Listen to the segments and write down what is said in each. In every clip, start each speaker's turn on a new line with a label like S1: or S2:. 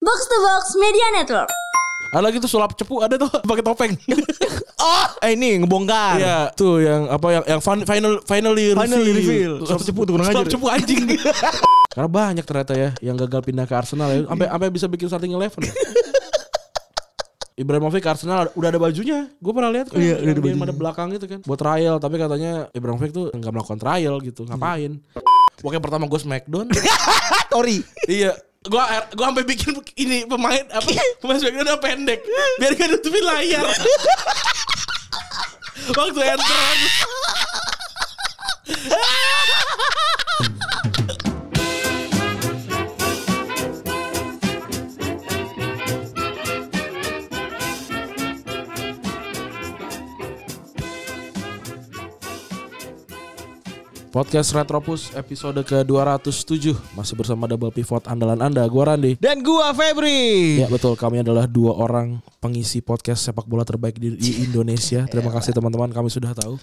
S1: Box to Box Media Network.
S2: Ada lagi tuh sulap cepu ada tuh pakai topeng.
S3: Oh, eh, ini ngebongkar.
S2: Iya, tuh yang apa yang yang fin- final finally reveal.
S3: Finally reveal.
S2: Sulap cepu tuh
S3: Sulap
S2: ngajar.
S3: cepu
S2: anjing. Karena banyak ternyata ya yang gagal pindah ke Arsenal ya. Sampai sampai bisa bikin starting eleven. ya. Ibrahimovic ke Arsenal ada- udah ada bajunya. Gue pernah lihat kan.
S3: Iya, udah ada
S2: yang
S3: bajunya.
S2: ada belakang gitu kan. Buat trial tapi katanya Ibrahimovic tuh nggak melakukan trial gitu. Ngapain?
S3: Hmm.
S2: Pokoknya pertama gue Smackdown.
S3: Ah, Tori.
S2: Iya. Gua gua sampai bikin ini pemain apa pemain Smackdown udah pendek. Biar gak nutupin layar. Waktu enter. Podcast Retropus episode ke-207 masih bersama double pivot andalan Anda, gua Randi.
S3: Dan gua Febri.
S2: Ya betul kami adalah dua orang pengisi podcast sepak bola terbaik di, di Indonesia. Terima kasih teman-teman kami sudah tahu.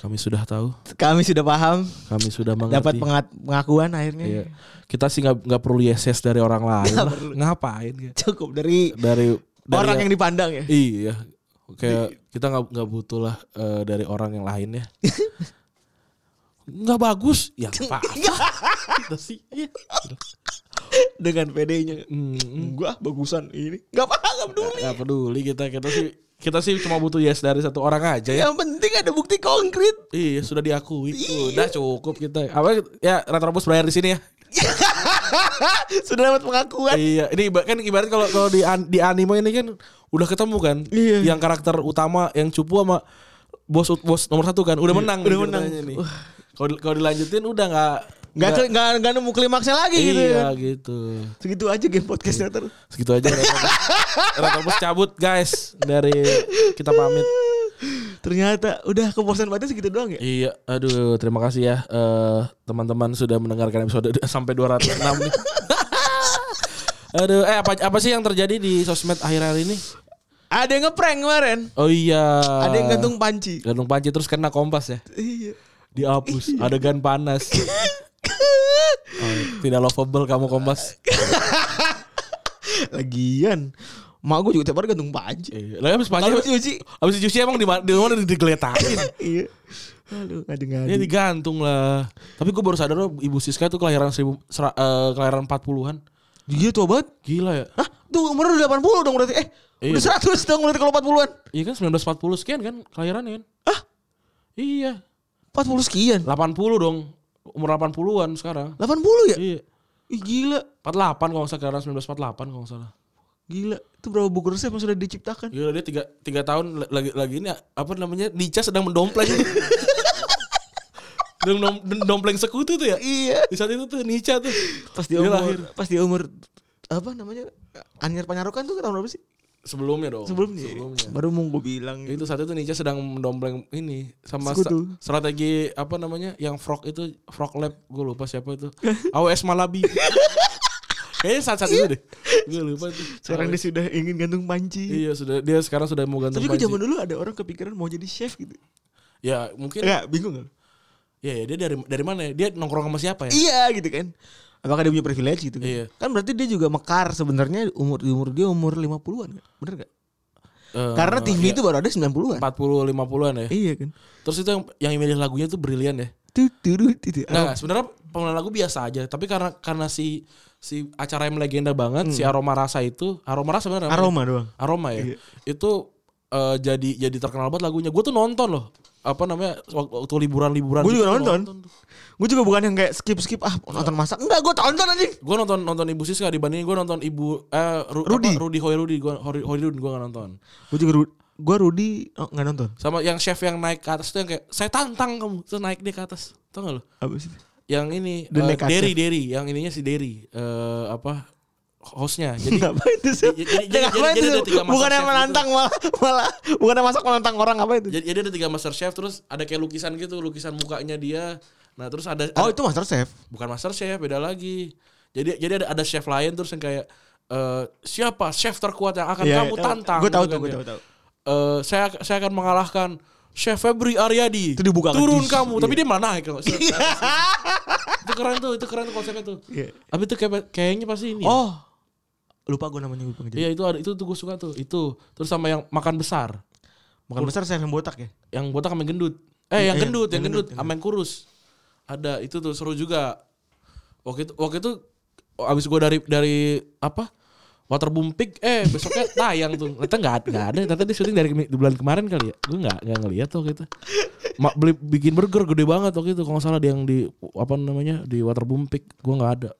S2: Kami sudah tahu.
S3: Kami sudah paham,
S2: Kami sudah mengerti.
S3: dapat pengat- pengakuan akhirnya.
S2: Iya. Kita sih nggak nggak perlu yeses dari orang lain. lah. Ngapain? ya?
S3: Cukup dari,
S2: Dari, dari
S3: orang yang dipandang ya.
S2: Iya. Kayak kita nggak nggak butuh lah eh, dari orang yang lain ya. Nggak bagus. Ya apa? Udah sih. Iya.
S3: Dengan PD-nya.
S2: Mm,
S3: Gua bagusan ini. Gak paham dulu.
S2: Nggak peduli kita kita sih kita sih cuma butuh yes dari satu orang aja ya.
S3: Yang penting ada bukti konkret.
S2: Iya sudah diakui. Udah cukup kita. Apa ya Retrobus bayar di sini ya?
S3: sudah dapat pengakuan.
S2: Iya. Ini iba- kan ibarat kalau kalau di an- di anime ini kan udah ketemu kan.
S3: Iya.
S2: Yang karakter utama yang cupu sama bos bos nomor satu kan. Udah menang.
S3: Iya. udah
S2: nih
S3: menang.
S2: ceritanya nih. Kalau di- kalau dilanjutin udah nggak
S3: Gak, keli- gak, gak nemu klimaksnya lagi gitu
S2: Iya
S3: ya.
S2: gitu.
S3: Segitu aja game podcastnya terus.
S2: Segitu aja. Retrobus. Retrobus cabut guys dari kita pamit.
S3: Ternyata udah kepuasan batin segitu doang ya.
S2: Iya, aduh, terima kasih ya eh, teman-teman sudah mendengarkan episode sampai 206 nih. aduh, eh apa apa sih yang terjadi di sosmed akhir-akhir ini?
S3: Ada yang ngeprank kemarin. Ah.
S2: Oh iya.
S3: Ada yang gantung panci.
S2: gantung panci terus kena kompas ya.
S3: Iya.
S2: Dihapus, adegan panas. Oh, tidak lovable kamu kompas.
S3: Lagian, mak gue juga tiap hari gantung panci.
S2: Eh, Lah habis panci
S3: Kalau cuci,
S2: habis cuci emang di ma- di mana digeletakin.
S3: iya. Aduh, ngadu-ngadu.
S2: Ya digantung lah. Tapi gue baru sadar loh Ibu Siska itu kelahiran seribu, sera- eh, kelahiran 40-an.
S3: Dia tua banget.
S2: Gila ya.
S3: Iya, Hah? Tuh umur udah 80 dong berarti. Eh,
S2: Iya.
S3: udah 100 dong berarti kalau 40-an.
S2: Iya kan 1940 sekian kan kelahirannya kan?
S3: Ah?
S2: Iya.
S3: 40 sekian.
S2: 80 dong. Umur 80-an sekarang.
S3: 80 ya?
S2: Iya.
S3: Ih, gila.
S2: 48 kalau nggak salah kelahiran 1948 kalau nggak salah.
S3: Gila. Itu berapa buku resep yang sudah diciptakan?
S2: Gila dia tiga, tiga tahun l- lagi lagi ini ya, apa namanya? Nica sedang mendompleng. Sedang mendom- mendompleng sekutu tuh ya.
S3: Iya.
S2: Di saat itu tuh Nica tuh.
S3: Pas di
S2: Dia
S3: umur
S2: lahir.
S3: pas di umur apa namanya? Anyar Panyarukan tuh tahun berapa
S2: Oh,
S3: sih?
S2: Sebelumnya dong.
S3: Sebelumnya. Baru mau gue bilang.
S2: Itu saat itu Nica sedang mendompleng ini sama
S3: Sekutu.
S2: sta- strategi apa namanya yang frog itu frog lab gue lupa siapa itu AWS Malabi kayaknya saat saat itu deh gue lupa tuh
S3: Sekarang dia
S2: AWS.
S3: sudah ingin gantung panci.
S2: iya sudah dia sekarang sudah mau gantung
S3: Tapi gue
S2: panci.
S3: zaman dulu ada orang kepikiran mau jadi chef gitu.
S2: ya mungkin
S3: Enggak, bingung gak?
S2: ya, ya, dia dari dari mana ya dia nongkrong sama siapa ya
S3: Iya gitu kan. Apakah dia punya privilege gitu kan?
S2: Iya.
S3: Kan berarti dia juga mekar sebenarnya umur umur dia umur 50-an kan? Bener gak? Karena TV itu baru ada 90-an.
S2: Eh, iya. empat puluh lima an ya
S3: Iya kan.
S2: terus itu yang yang milih lagunya tuh brilian ya
S3: Tuh turu itu.
S2: Nah, sebenarnya pemilihan lagu biasa aja, tapi karena karena si si acara yang legenda banget, si aroma rasa itu, aroma rasa benar namanya?
S3: Hmm. Aroma doang.
S2: Aroma ya.
S3: Iya.
S2: Itu eh, jadi jadi terkenal banget lagunya. Gue tuh nonton loh. Apa namanya waktu waktu liburan-liburan. gitu
S3: Gue juga nonton. Gue juga bukan yang kayak skip skip ah nonton masak. Enggak, gue tonton anjing.
S2: Gue nonton nonton Ibu Siska dibandingin gue nonton Ibu eh Ru-
S3: Rudy.
S2: apa, Rudy Hoirudi gua Hoi- Hoirudin gue gak nonton.
S3: Gue juga gue Rudi oh, nggak nonton.
S2: Sama yang chef yang naik ke atas tuh yang kayak saya tantang kamu, terus naik dia ke atas. Tau gak lo?
S3: Apa sih?
S2: Yang ini
S3: The
S2: eh,
S3: Naked
S2: Derry Derry, yang ininya si Derry eh apa hostnya. Jadi
S3: Ngapain itu sih?
S2: Jadi- jadi- jadi-
S3: Ngapain
S2: jadi
S3: itu?
S2: ada tiga masak
S3: Bukan yang
S2: chef gitu.
S3: menantang malah malah bukan yang masak menantang orang apa itu?
S2: Jadi, jadi ada tiga master chef terus ada kayak lukisan gitu, lukisan mukanya dia. Nah, terus ada,
S3: Oh
S2: ada-
S3: itu master chef.
S2: bukan master chef, beda lagi. Jadi jadi ada ada chef lain terus yang kayak eh, siapa chef terkuat yang akan Kan kamu tantang.
S3: Gue Iya, tahu
S2: Gitu
S3: tuh,
S2: kan
S3: gue
S2: dia.
S3: tahu tahu.
S2: Eh, saya saya akan mengalahkan Chef Febri Aryadi.
S3: Itu dibuka kan?
S2: Turun
S3: Dis.
S2: kamu, tapi
S3: Iya.
S2: dia malah naik kalau. itu keren tuh, itu keren tuh konsepnya tuh.
S3: Iya.
S2: Tapi itu kayak, kayaknya pasti ini. ya.
S3: Oh, lupa gue namanya gue pengen jadi.
S2: Iya itu ada itu tuh gue suka tuh. Itu terus sama yang makan besar.
S3: Makan besar saya yang botak ya.
S2: Yang botak sama yang gendut. Eh yang
S3: iya,
S2: gendut, yang
S3: yang
S2: gendut,
S3: gendut,
S2: sama yang kurus. Ada itu tuh seru juga. Waktu itu waktu itu abis gue dari dari apa? Waterboom Peak, eh besoknya tayang tuh. Ternyata nggak ada- nggak ada. Ternyata dia syuting dari kemi- di bulan kemarin kali ya. Gue nggak nggak ngeliat tuh waktu itu. Ma, beli bikin burger gede banget waktu itu. Kalau nggak salah dia yang di apa namanya di Waterboom Peak, gue nggak ada.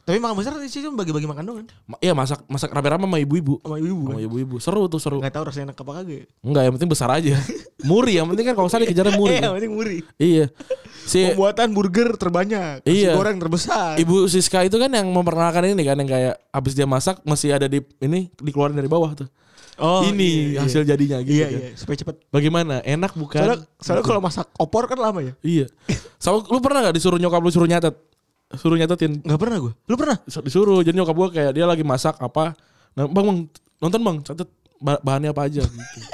S3: Tapi makan besar di situ bagi-bagi makan doang kan.
S2: Ma- Iya masak masak rame-rame sama ibu-ibu.
S3: Sama ibu
S2: Sama ibu-ibu. Seru tuh seru.
S3: Enggak tahu rasanya enak apa kagak.
S2: Enggak, yang penting besar aja. Muri, yang penting kan kalau misalnya dikejar muri.
S3: Eh, yang penting muri.
S2: iya. Si
S3: Pembuatan burger terbanyak, nasi
S2: Iya.
S3: goreng terbesar.
S2: Ibu Siska itu kan yang memperkenalkan ini kan yang kayak habis dia masak masih ada di ini dikeluarin dari bawah tuh.
S3: Oh,
S2: ini
S3: iya, iya.
S2: hasil jadinya gitu
S3: Iya,
S2: kan.
S3: iya, supaya cepet. Kan
S2: Bagaimana? Enak bukan?
S3: Soalnya, soalnya kalau masak opor kan lama ya?
S2: Iya. Sama lu pernah gak disuruh nyokap lu suruh nyatet? Suruh nyatetin.
S3: Enggak pernah gue. Lu pernah?
S2: Disuruh jadi nyokap gua kayak dia lagi masak apa. Nah, bang, bang, nonton Bang, catet ba- bahannya apa aja gitu.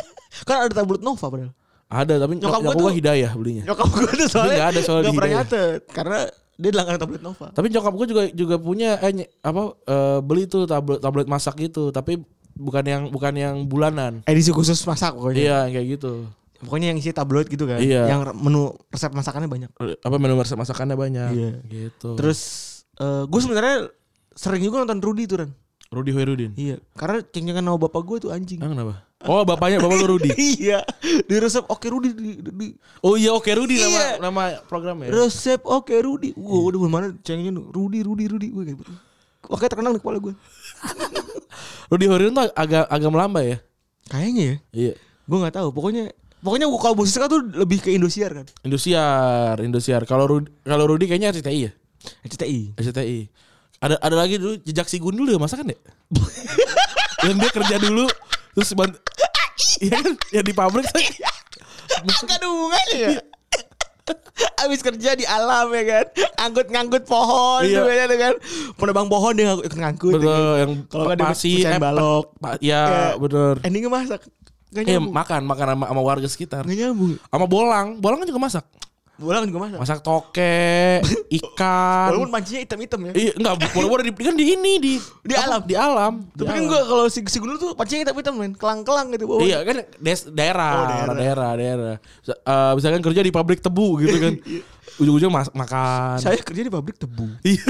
S3: Kan ada tablet Nova padahal.
S2: Ada tapi
S3: Nyokap
S2: nyokap,
S3: gua
S2: gua
S3: tuh-
S2: hidayah belinya.
S3: Nyokap gue tuh soalnya Iya.
S2: nggak ada soal
S3: nggak
S2: di
S3: pernah
S2: hidayah.
S3: nyatet karena dia dilanggar tablet Nova.
S2: Tapi nyokap gue juga juga punya eh ny- apa eh, beli tuh tablet tablet masak gitu, tapi bukan yang bukan yang bulanan.
S3: Edisi khusus masak pokoknya.
S2: Iya, kayak gitu.
S3: Pokoknya yang isi tabloid gitu kan.
S2: Iya.
S3: Yang menu resep masakannya banyak.
S2: Apa menu masak masakannya banyak.
S3: Iya.
S2: Gitu.
S3: Terus gue sebenarnya sering juga nonton Rudy tuh kan.
S2: Rudy Hoirudin.
S3: Iya. Karena cengcengan sama bapak gue tuh anjing.
S2: Ah, kenapa? Oh, bapaknya bapak lu Rudy.
S3: iya. Di resep Oke Rudy di, di-
S2: Oh iya, oke Rudy nama
S3: Iya.
S2: nama programnya. ya?
S3: resep Oke Rudy. Gue udah mana cengcengan Rudy Rudy Rudy gue kayak gitu. Oke terkenang di kepala gue.
S2: Rudy Hoirudin tuh agak agak melambai ya.
S3: Kayaknya ya.
S2: Iya.
S3: Gue nggak tahu. Pokoknya pokoknya gua- kalau Bu Siska tuh lebih ke Indosiar kan.
S2: Indosiar, Indosiar. Kalau Rudy, kalau Rudy kayaknya RCTI ya.
S3: RCTI.
S2: RCTI. Ada ada lagi dulu jejak si Gundul ya masakan ya? yang dia kerja dulu terus bant- Iya kan? Ya di pabrik
S3: Gak ada hubungannya ya? Abis kerja di alam ya kan Angkut-ngangkut pohon
S2: Iya.
S3: juga ya kan Penebang pohon dia ngangkut, ikut ngangkut ya kan?
S2: Betul, yang
S3: Kalau nggak dia
S2: pasir,
S3: pecahin
S2: eh,
S3: balok.
S2: pa- ya
S3: Eh,
S2: bener.
S3: Endingnya masak Gak
S2: Eh,
S3: nyambung
S2: makan, makan sama, sama warga sekitar.
S3: Gak nyambung
S2: Sama bolang, bolang kan juga masak.
S3: Bolang juga kan masak
S2: Masak toke, ikan.
S3: Walaupun pancinya hitam-hitam ya
S2: Iya, enggak, walaupun ada di, kan di ini di
S3: Di alam.
S2: di alam. Di
S3: Tapi kan
S2: alam.
S3: gue kalau si, si Gundul tuh pancinya hitam-hitam men Kelang-kelang gitu bawah
S2: Iya kan des- daerah,
S3: Oh,
S2: daerah,
S3: daerah.
S2: daerah, Bisa- eh, misalkan kerja di pabrik tebu gitu kan. Ujung-ujung mas- makan.
S3: Iya. Saya kerja di pabrik tebu
S2: Iya,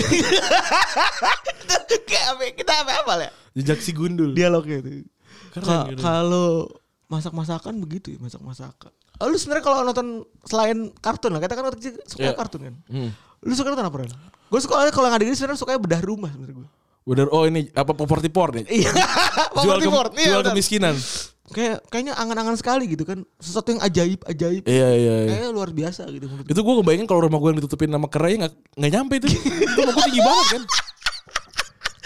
S3: Kayak apa- Kita apa-apa lah ya
S2: jejak si gundul.
S3: Dialognya itu
S2: Keren,
S3: Ka-
S2: keren.
S3: Kalau masak-masakan begitu ya masak-masakan Oh, lu sebenarnya kalau nonton selain kartun lah, katakan waktu kecil
S2: Iya.
S3: suka kartun kan?
S2: Hmm.
S3: Lu suka nonton apa Ren? Gue suka kalau nggak ada gini sebenarnya sukanya bedah rumah sebenarnya gue.
S2: Bener, oh ini apa property porn ya?
S3: Iya.
S2: Jual, ke, jual
S3: benar.
S2: kemiskinan.
S3: Kayak kayaknya angan-angan sekali gitu kan. Sesuatu yang ajaib, ajaib.
S2: Iya, iya, iya.
S3: Kayaknya luar biasa gitu menurut
S2: Itu gue ngebayangin kalau rumah gue yang ditutupin sama kerai nggak nggak nyampe itu. itu rumah gue tinggi banget kan.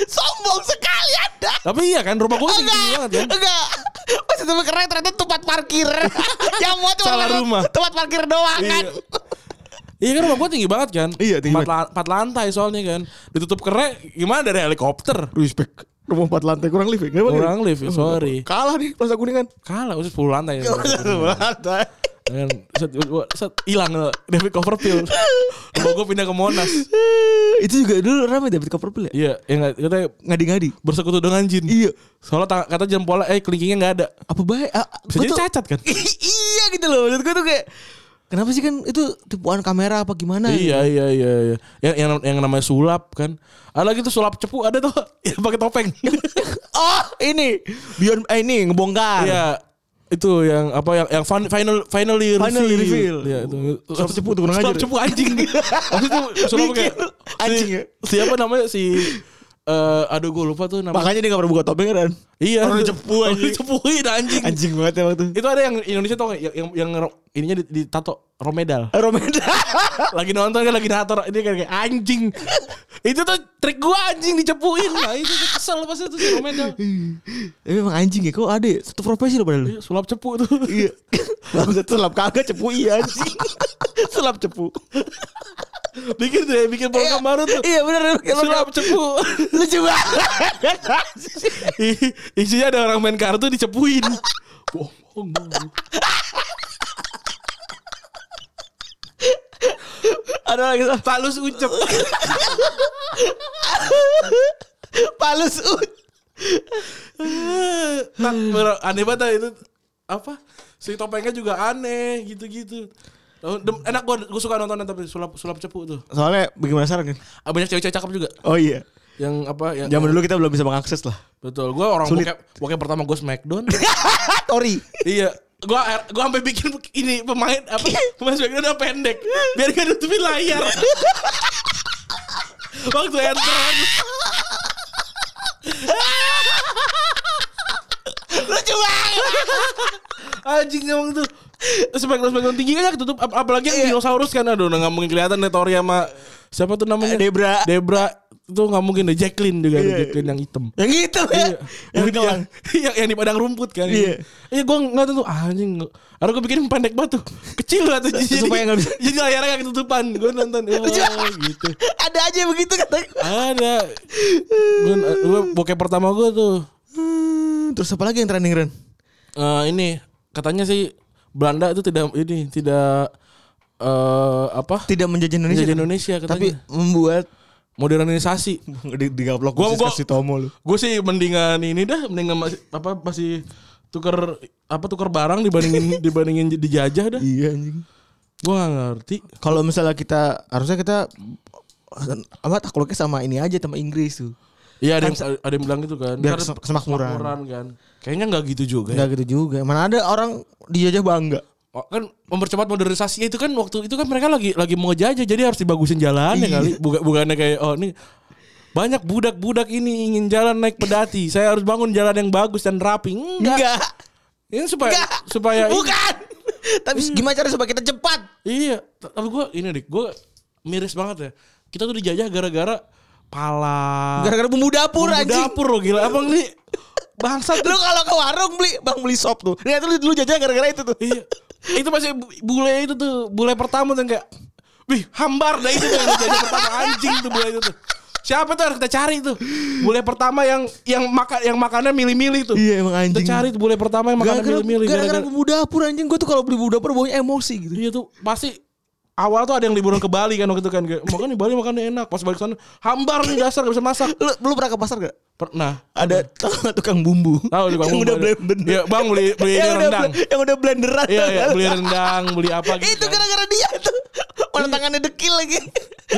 S3: Sombong sekali ada.
S2: Tapi iya kan rumah gue
S3: Oh, gitu
S2: tinggi, tinggi banget kan.
S3: Enggak. Pas itu keren ternyata tempat parkir. yang muat
S2: cuma Salah tempat- rumah.
S3: Tempat parkir doang
S2: kan. Iya kan rumah gue tinggi banget kan.
S3: Iya, tinggi
S2: empat, la- empat lantai soalnya kan. Ditutup kerai gimana dari helikopter?
S3: Respect. Rumah empat lantai kurang lift ya? Kenapa
S2: Kurang lift, sorry.
S3: gitu? Kalah nih Plaza Kuningan.
S2: Kalah, udah 10 lantai.
S3: lantai.
S2: Dengan set- set- hilang loh, David Copperfield. Rumah gue pindah ke Monas.
S3: itu juga dulu ramai David Copperfield ya?
S2: Iya, yang nggak- katanya
S3: Ngadi-ngadi.
S2: bersekutu dengan jin.
S3: Iya.
S2: Soalnya tang- kata jempolnya eh kelingkingnya nggak ada.
S3: Apa baik? ah,
S2: Bisa
S3: gua
S2: jadi
S3: tuh-
S2: cacat kan?
S3: I- iya gitu loh maksud gue tuh kayak kenapa sih kan itu tipuan kamera apa gimana
S2: iya iya iya iya. Yang yang, yang namanya sulap kan. Ada lagi tuh sulap cepu ada tuh yang pakai topeng.
S3: oh ini Beyond eh, ini ngebongkar
S2: Iya. Itu yang apa yang yang fun- final finally reveal.
S3: Finally reveal.
S2: Iya, itu.
S3: Sulap cepu tuh kurang
S2: Sulap
S3: ajar.
S2: cepu anjing. Waktu itu sulap kayak
S3: Bikin anjing ya.
S2: Si, siapa namanya si eh aduh gue lupa tuh namanya.
S3: makanya dia gak pernah buka topeng kan
S2: Iya.
S3: Orang cepu
S2: Orang
S3: anjing.
S2: cepuin anjing.
S3: anjing banget ya waktu
S2: Itu ada yang Indonesia tau gak yang yang, yang ro- ininya di- ditato Romedal.
S3: Romeda
S2: lagi nonton kan lagi nator ini kan kayak anjing itu tuh trik gua anjing dicepuin nah itu tuh kesel pasti tuh si Romel
S3: tapi emang anjing ya kok ada ya? satu profesi loh padahal
S2: sulap cepu tuh
S3: iya bagus sulap kagak cepu iya anjing sulap cepu
S2: bikin deh bikin program baru tuh
S3: iya bener
S2: sulap cepu
S3: lucu banget
S2: I- isinya ada orang main kartu dicepuin bohong bohong.
S3: ada lagi
S2: palus ucep
S3: palus ut
S2: nah, bener- aneh banget dah itu apa si topengnya juga aneh gitu-gitu Oh, dem- enak gua gua suka nontonan tapi sulap sulap cepu tuh
S3: Soalnya bikin penasaran kan.
S2: Ah, banyak cewek-cewek cakep juga
S3: Oh iya.
S2: yang apa yang
S3: Zaman dulu kita belum bisa mengakses lah.
S2: betul gua orang
S3: Sulit.
S2: bokep bokep pertama gua smackdown
S3: Tori.
S2: iya gua gua sampai bikin ini pemain apa pemain smackdown udah pendek biar gak nutupin layar waktu enteran
S3: Lucu banget.
S2: anjing emang tuh smackdown smackdown tinggi kan ketutup Ap- apalagi
S3: Iya.
S2: yang dinosaurus kan aduh nggak mungkin kelihatan deh Tori sama siapa tuh
S3: Iya.
S2: namanya
S3: Eh, Debra.
S2: Debra tuh nggak mungkin deh Jacqueline juga ada
S3: Iya.
S2: Jacqueline yang hitam
S3: Yang gitu ya.
S2: Iya. yang, di- yang, yang, yang di padang rumput kan
S3: Iya.
S2: iya gue nggak tahu tuh anjing harus gue bikin pendek banget tuh kecil lah tuh jadi,
S3: Supaya nggak bisa.
S2: jadi layarnya nggak ketutupan gue nonton oh, gitu
S3: Ada aja yang begitu kata gua.
S2: ada gue gue bokep pertama gue tuh
S3: Hmm, Terus apa lagi yang trending Ren?
S2: eh, ini katanya sih Belanda itu tidak ini tidak eh apa
S3: Tidak menjajah Indonesia.
S2: Menjajah
S3: kan?
S2: Indonesia, katanya.
S3: Tapi membuat
S2: modernisasi
S3: di, di gaplok
S2: Gua-
S3: khusus
S2: gua-
S3: kasih Tomo lu.
S2: gue sih mendingan ini dah mendingan masih apa masih tuker apa tuker barang dibandingin dibandingin dijajah dah
S3: Iya anjing.
S2: gue gak ngerti
S3: Kalau misalnya kita harusnya kita apa takluknya sama ini aja sama Inggris tuh.
S2: Iya ada yang ada yang bilang gitu kan.
S3: Biar
S2: Ntar
S3: kesem- kemakmuran.
S2: kemakmuran kan. Kayaknya nggak gitu juga. Ya.
S3: Enggak gitu juga. Mana ada orang dijajah bangga.
S2: Oh, Kan mempercepat modernisasi itu kan waktu itu kan mereka lagi lagi mau ngejajah jadi harus dibagusin jalannya kali. Buka- bukannya kayak oh ini banyak budak-budak ini ingin jalan naik pedati. Saya harus bangun jalan yang bagus dan rapi. Enggak.
S3: Enggak.
S2: Ini supaya
S3: Enggak.
S2: supaya ini-
S3: Bukan. Tapi
S2: Hmm.
S3: gimana cara supaya kita cepat?
S2: Iya, t- tapi gue ini dik, gue miris banget ya. Kita tuh dijajah gara-gara pala
S3: Gara-gara bumbu dapur
S2: Ah. Bumbu
S3: anjing.
S2: dapur loh gila. Abang nih bangsat
S3: Lu kalau ke warung beli bang beli sop tuh. Lihat lu dulu jajan gara-gara itu tuh.
S2: iya. Itu masih bu- bule itu tuh, bule pertama tuh yang kayak wih, hambar dah itu tuh yang jadi pertama anjing tuh bule itu tuh. Siapa tuh harus kita cari tuh. Bule pertama yang yang makan yang makannya milih-milih tuh.
S3: Iya, emang anjing.
S2: Kita cari tuh bule pertama yang makannya
S3: Gara-gara
S2: milih-milih
S3: gara-gara
S2: gara-gara-
S3: bumbu dapur anjing gua tuh kalau beli bumbu dapur baunya emosi gitu.
S2: Iya tuh pasti awal tuh ada yang liburan ke Bali kan waktu itu kan kayak makan di Bali makannya enak pas balik sana hambar nih dasar gak bisa masak
S3: Lu, lu pernah ke pasar gak?
S2: pernah
S3: Ada tau nggak tukang bumbu.
S2: tahu di
S3: Yang
S2: Bangkok
S3: udah
S2: ada.
S3: blender.
S2: Iya, bang beli beli
S3: yang, udah
S2: rendang
S3: blen- yang udah blenderan.
S2: iya iya
S3: tau
S2: beli
S3: nggak?
S2: rendang beli apa gitu
S3: Itu
S2: kan.
S3: gara-gara dia tuh. Orang tangannya dekil lagi.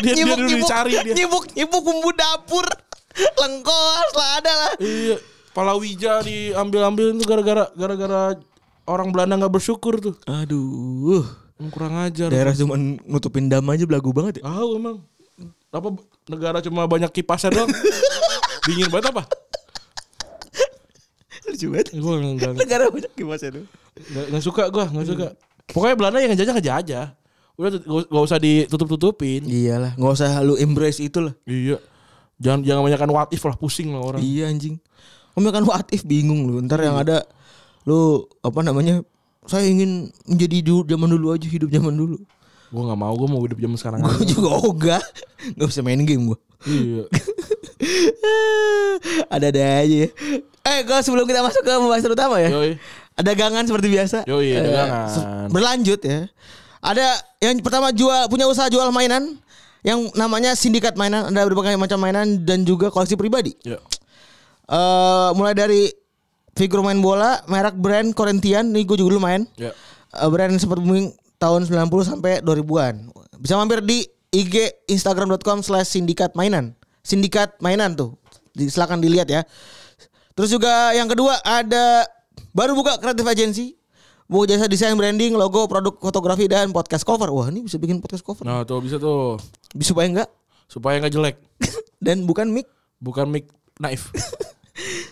S2: Dia- dia dulu dicari dia.
S3: Nyibuk, nyibuk bumbu dapur. Lengkos lah ada lah.
S2: Iya, Palawija diambil-ambilin tuh gara-gara gara-gara orang Belanda nggak bersyukur tuh.
S3: Aduh.
S2: Emang Kurang ajar.
S3: Daerah cuma nutupin dam aja belagu banget ya.
S2: Tahu emang. Apa negara cuma banyak kipasnya doang? Dingin banget apa?
S3: Lucu banget.
S2: Gue nggak nggak-
S3: Negara banyak gimana itu.
S2: nggak- nggak suka gue nggak suka. Pokoknya Belanda yang ngejajah ngejajah. Udah tuh, nggak nggak usah ditutup-tutupin.
S3: Iyalah, nggak usah lu embrace itu lah.
S2: Iya. Jangan jangan banyakkan what if lah pusing lah orang.
S3: Iya anjing. Om kan what if bingung lu. Ntar yang ada lu apa namanya? Saya ingin menjadi dulu zaman dulu aja hidup zaman dulu.
S2: Gue nggak mau gue mau hidup zaman sekarang. aja.
S3: Gue juga ogah. Gak bisa main game gue.
S2: Iya.
S3: Ada-ada aja ya. Eh, gue sebelum kita masuk ke pembahasan utama ya.
S2: Yoi.
S3: Ada gangan seperti biasa.
S2: Yoi, iya, ada
S3: Eh,
S2: gangan.
S3: se- Berlanjut ya. Ada yang pertama jual punya usaha jual mainan yang namanya sindikat mainan ada berbagai macam mainan dan juga koleksi pribadi.
S2: Iya.
S3: Eh mulai dari figur main bola merek brand Corinthian nih gue juga dulu main.
S2: Iya.
S3: Eh, brand super booming tahun 90 sampai 2000-an. Bisa mampir di IG instagram.com slash sindikat mainan. Sindikat mainan tuh. Di- Silakan dilihat ya. Terus juga yang kedua ada baru buka kreatif agency. Mau jasa desain branding, logo, produk fotografi dan podcast cover. Wah, ini bisa bikin podcast cover.
S2: Nah tuh bisa tuh
S3: Bisa supaya enggak
S2: supaya nggak jelek.
S3: dan bukan mic.
S2: Bukan mic knife.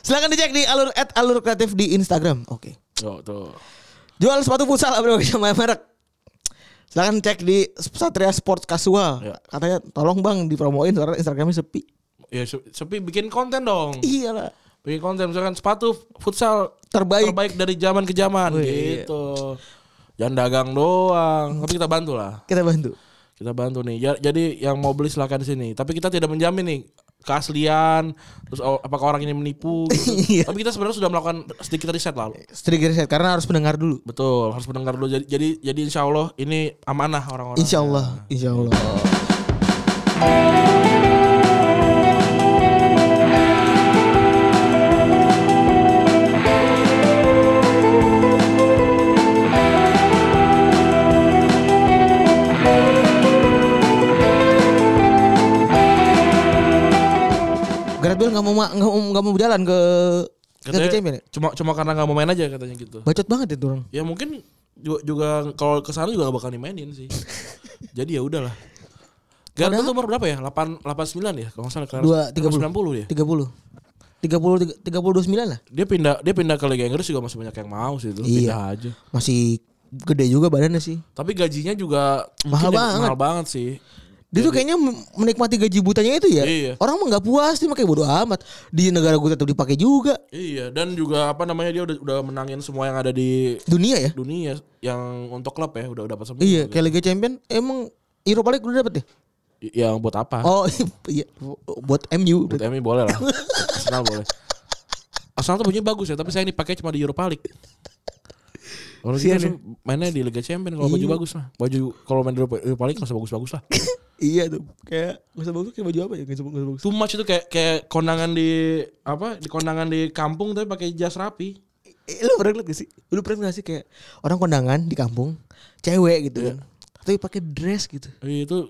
S3: Silakan dicek di alur at alur kreatif di Instagram. Oke.
S2: Yo tuh.
S3: Jual sepatu futsal apa namanya merek. Silahkan cek di Satria Sports Casual.
S2: Ya.
S3: Katanya tolong bang dipromoin soalnya Instagramnya sepi.
S2: Ya se- sepi bikin konten dong.
S3: Iya lah.
S2: Bikin konten misalkan sepatu futsal
S3: Terbaik.
S2: terbaik dari zaman ke zaman
S3: Wih.
S2: gitu. Jangan dagang doang, tapi kita bantu lah.
S3: Kita bantu.
S2: Kita bantu nih. Ja- Jadi yang mau beli silakan di sini. Tapi kita tidak menjamin nih keaslian, terus o- apakah orang ini menipu gitu.
S3: Iya.
S2: Tapi kita sebenarnya sudah melakukan sedikit riset lah.
S3: Trigger set karena harus mendengar dulu.
S2: Betul, harus mendengar dulu. Jadi jadi, jadi insya Allah ini amanah orang-orang.
S3: Insya Allah. Insya Allah. nggak mau ma- nggak mau nggak mau berjalan ke ke Liga Champion.
S2: Katanya
S3: ya?
S2: cuma cuma karena nggak mau main aja katanya gitu.
S3: Bacot banget itu orang.
S2: Ya mungkin juga, juga kalau ke sana juga gak bakal dimainin sih. Jadi ya udahlah. Garda tuh umur berapa ya? 8 89 ya kalau nggak salah kelar-
S3: Dua tiga puluh
S2: 90 dia.
S3: tiga puluh tiga puluh tiga puluh dua sembilan lah.
S2: Dia pindah dia pindah ke Liga Inggris juga masih banyak yang mau sih itu.
S3: Iya.
S2: Pindah aja.
S3: Masih gede juga badannya sih.
S2: Tapi gajinya juga mungkin
S3: Mahal
S2: ya
S3: banget.
S2: mahal banget sih.
S3: Dia tuh kayaknya men- menikmati gaji butanya itu ya.
S2: Iya.
S3: Orang mah nggak puas, dia makanya bodo amat. Di negara gue tetap dipakai juga.
S2: Iya, dan juga apa namanya dia udah udah menangin semua yang ada di
S3: Dunia ya.
S2: dunia yang untuk klub ya udah dapat semua.
S3: Iya, kayak Liga Champion emang Europa League udah dapet ya?
S2: Yang buat apa?
S3: Oh, iya buat MU.
S2: Buat MU boleh lah. Arsenal boleh. Arsenal tuh punya bagus ya, tapi saya ini pakai cuma di Europa League. Kalau kita
S3: Kasihan ya.
S2: sem- mainnya di Liga Champions kalau baju
S3: Iya.
S2: bagus lah. Baju kalau main di Europa Europa League nggak usah bagus-bagus lah.
S3: iya tuh. Kayak enggak usah bagus kayak baju apa ya? Enggak usah nggak usah bagus.
S2: Too much itu kayak kayak kondangan di apa? Di kondangan di kampung tapi pakai jas rapi.
S3: Eh, lu pernah liat gak sih? Lu pernah gak sih kayak orang kondangan di kampung, cewek
S2: Iya.
S3: gitu kan. Tapi pakai dress gitu.
S2: Eh, Itu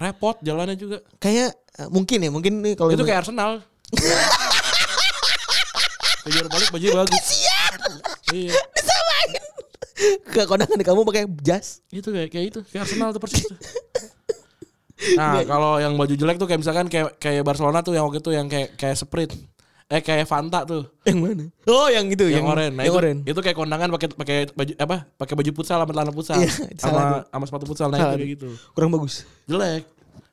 S2: repot jalannya juga.
S3: Kayak eh, mungkin ya, mungkin nih kalau
S2: Itu kayak Arsenal. Kayak Europa League bajunya bagus. Iya.
S3: disamain. Ke kondangan di kampung pakai jas.
S2: Itu kayak kayak itu, kayak Arsenal tuh persis. tuh. Nah, kalau yang baju jelek tuh kayak misalkan kayak kayak Barcelona tuh yang waktu itu yang kayak kayak Sprint. Eh kayak Fanta tuh,
S3: Yang mana? Oh, yang itu
S2: yang, oranye.
S3: oren.
S2: Nah, itu, itu kayak kondangan pakai pakai baju apa? Pakai baju futsal sama celana futsal.
S3: Iya, salah
S2: sama sama sepatu futsal nah itu
S3: Salah
S2: kayak gitu.
S3: Kurang bagus.
S2: Jelek.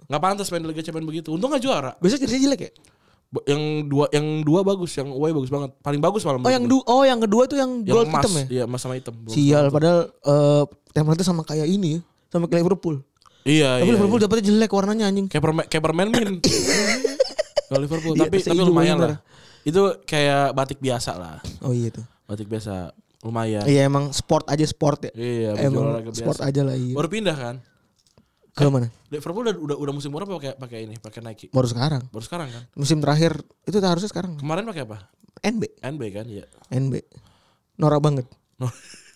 S2: Nggak pantas main di Liga Champions begitu. Untung nggak juara.
S3: Besok jersey jelek ya?
S2: Ba- Yang dua yang dua bagus, yang away bagus banget. Paling bagus malam.
S3: Oh, yang du oh yang kedua tuh yang,
S2: yang
S3: gold
S2: emas,
S3: hitam ya?
S2: Iya, emas sama hitam. Bagus.
S3: Sial, padahal eh template sama kayak ini ya, sama kayak Liverpool.
S2: Iya,
S3: Tapi
S2: iya.
S3: Liverpool dapetnya jelek warnanya anjing.
S2: kayak permen kayak permen min kalau Liverpool
S3: Iya,
S2: tapi
S3: terus
S2: tapi
S3: hijau
S2: lumayan
S3: bener.
S2: lah itu kayak batik biasa lah
S3: Oh iya tuh.
S2: batik biasa lumayan
S3: Iya emang sport aja sport ya.
S2: iya baju
S3: emang
S2: olahraga biasa.
S3: sport aja lah iya.
S2: baru pindah kan
S3: Ke mana?
S2: Liverpool udah udah, udah musim berapa pakai pakai ini pakai Nike
S3: Baru sekarang.
S2: baru sekarang kan
S3: Musim terakhir itu harusnya sekarang.
S2: kemarin pakai apa
S3: NB,
S2: NB kan ya
S3: NB. Nora banget.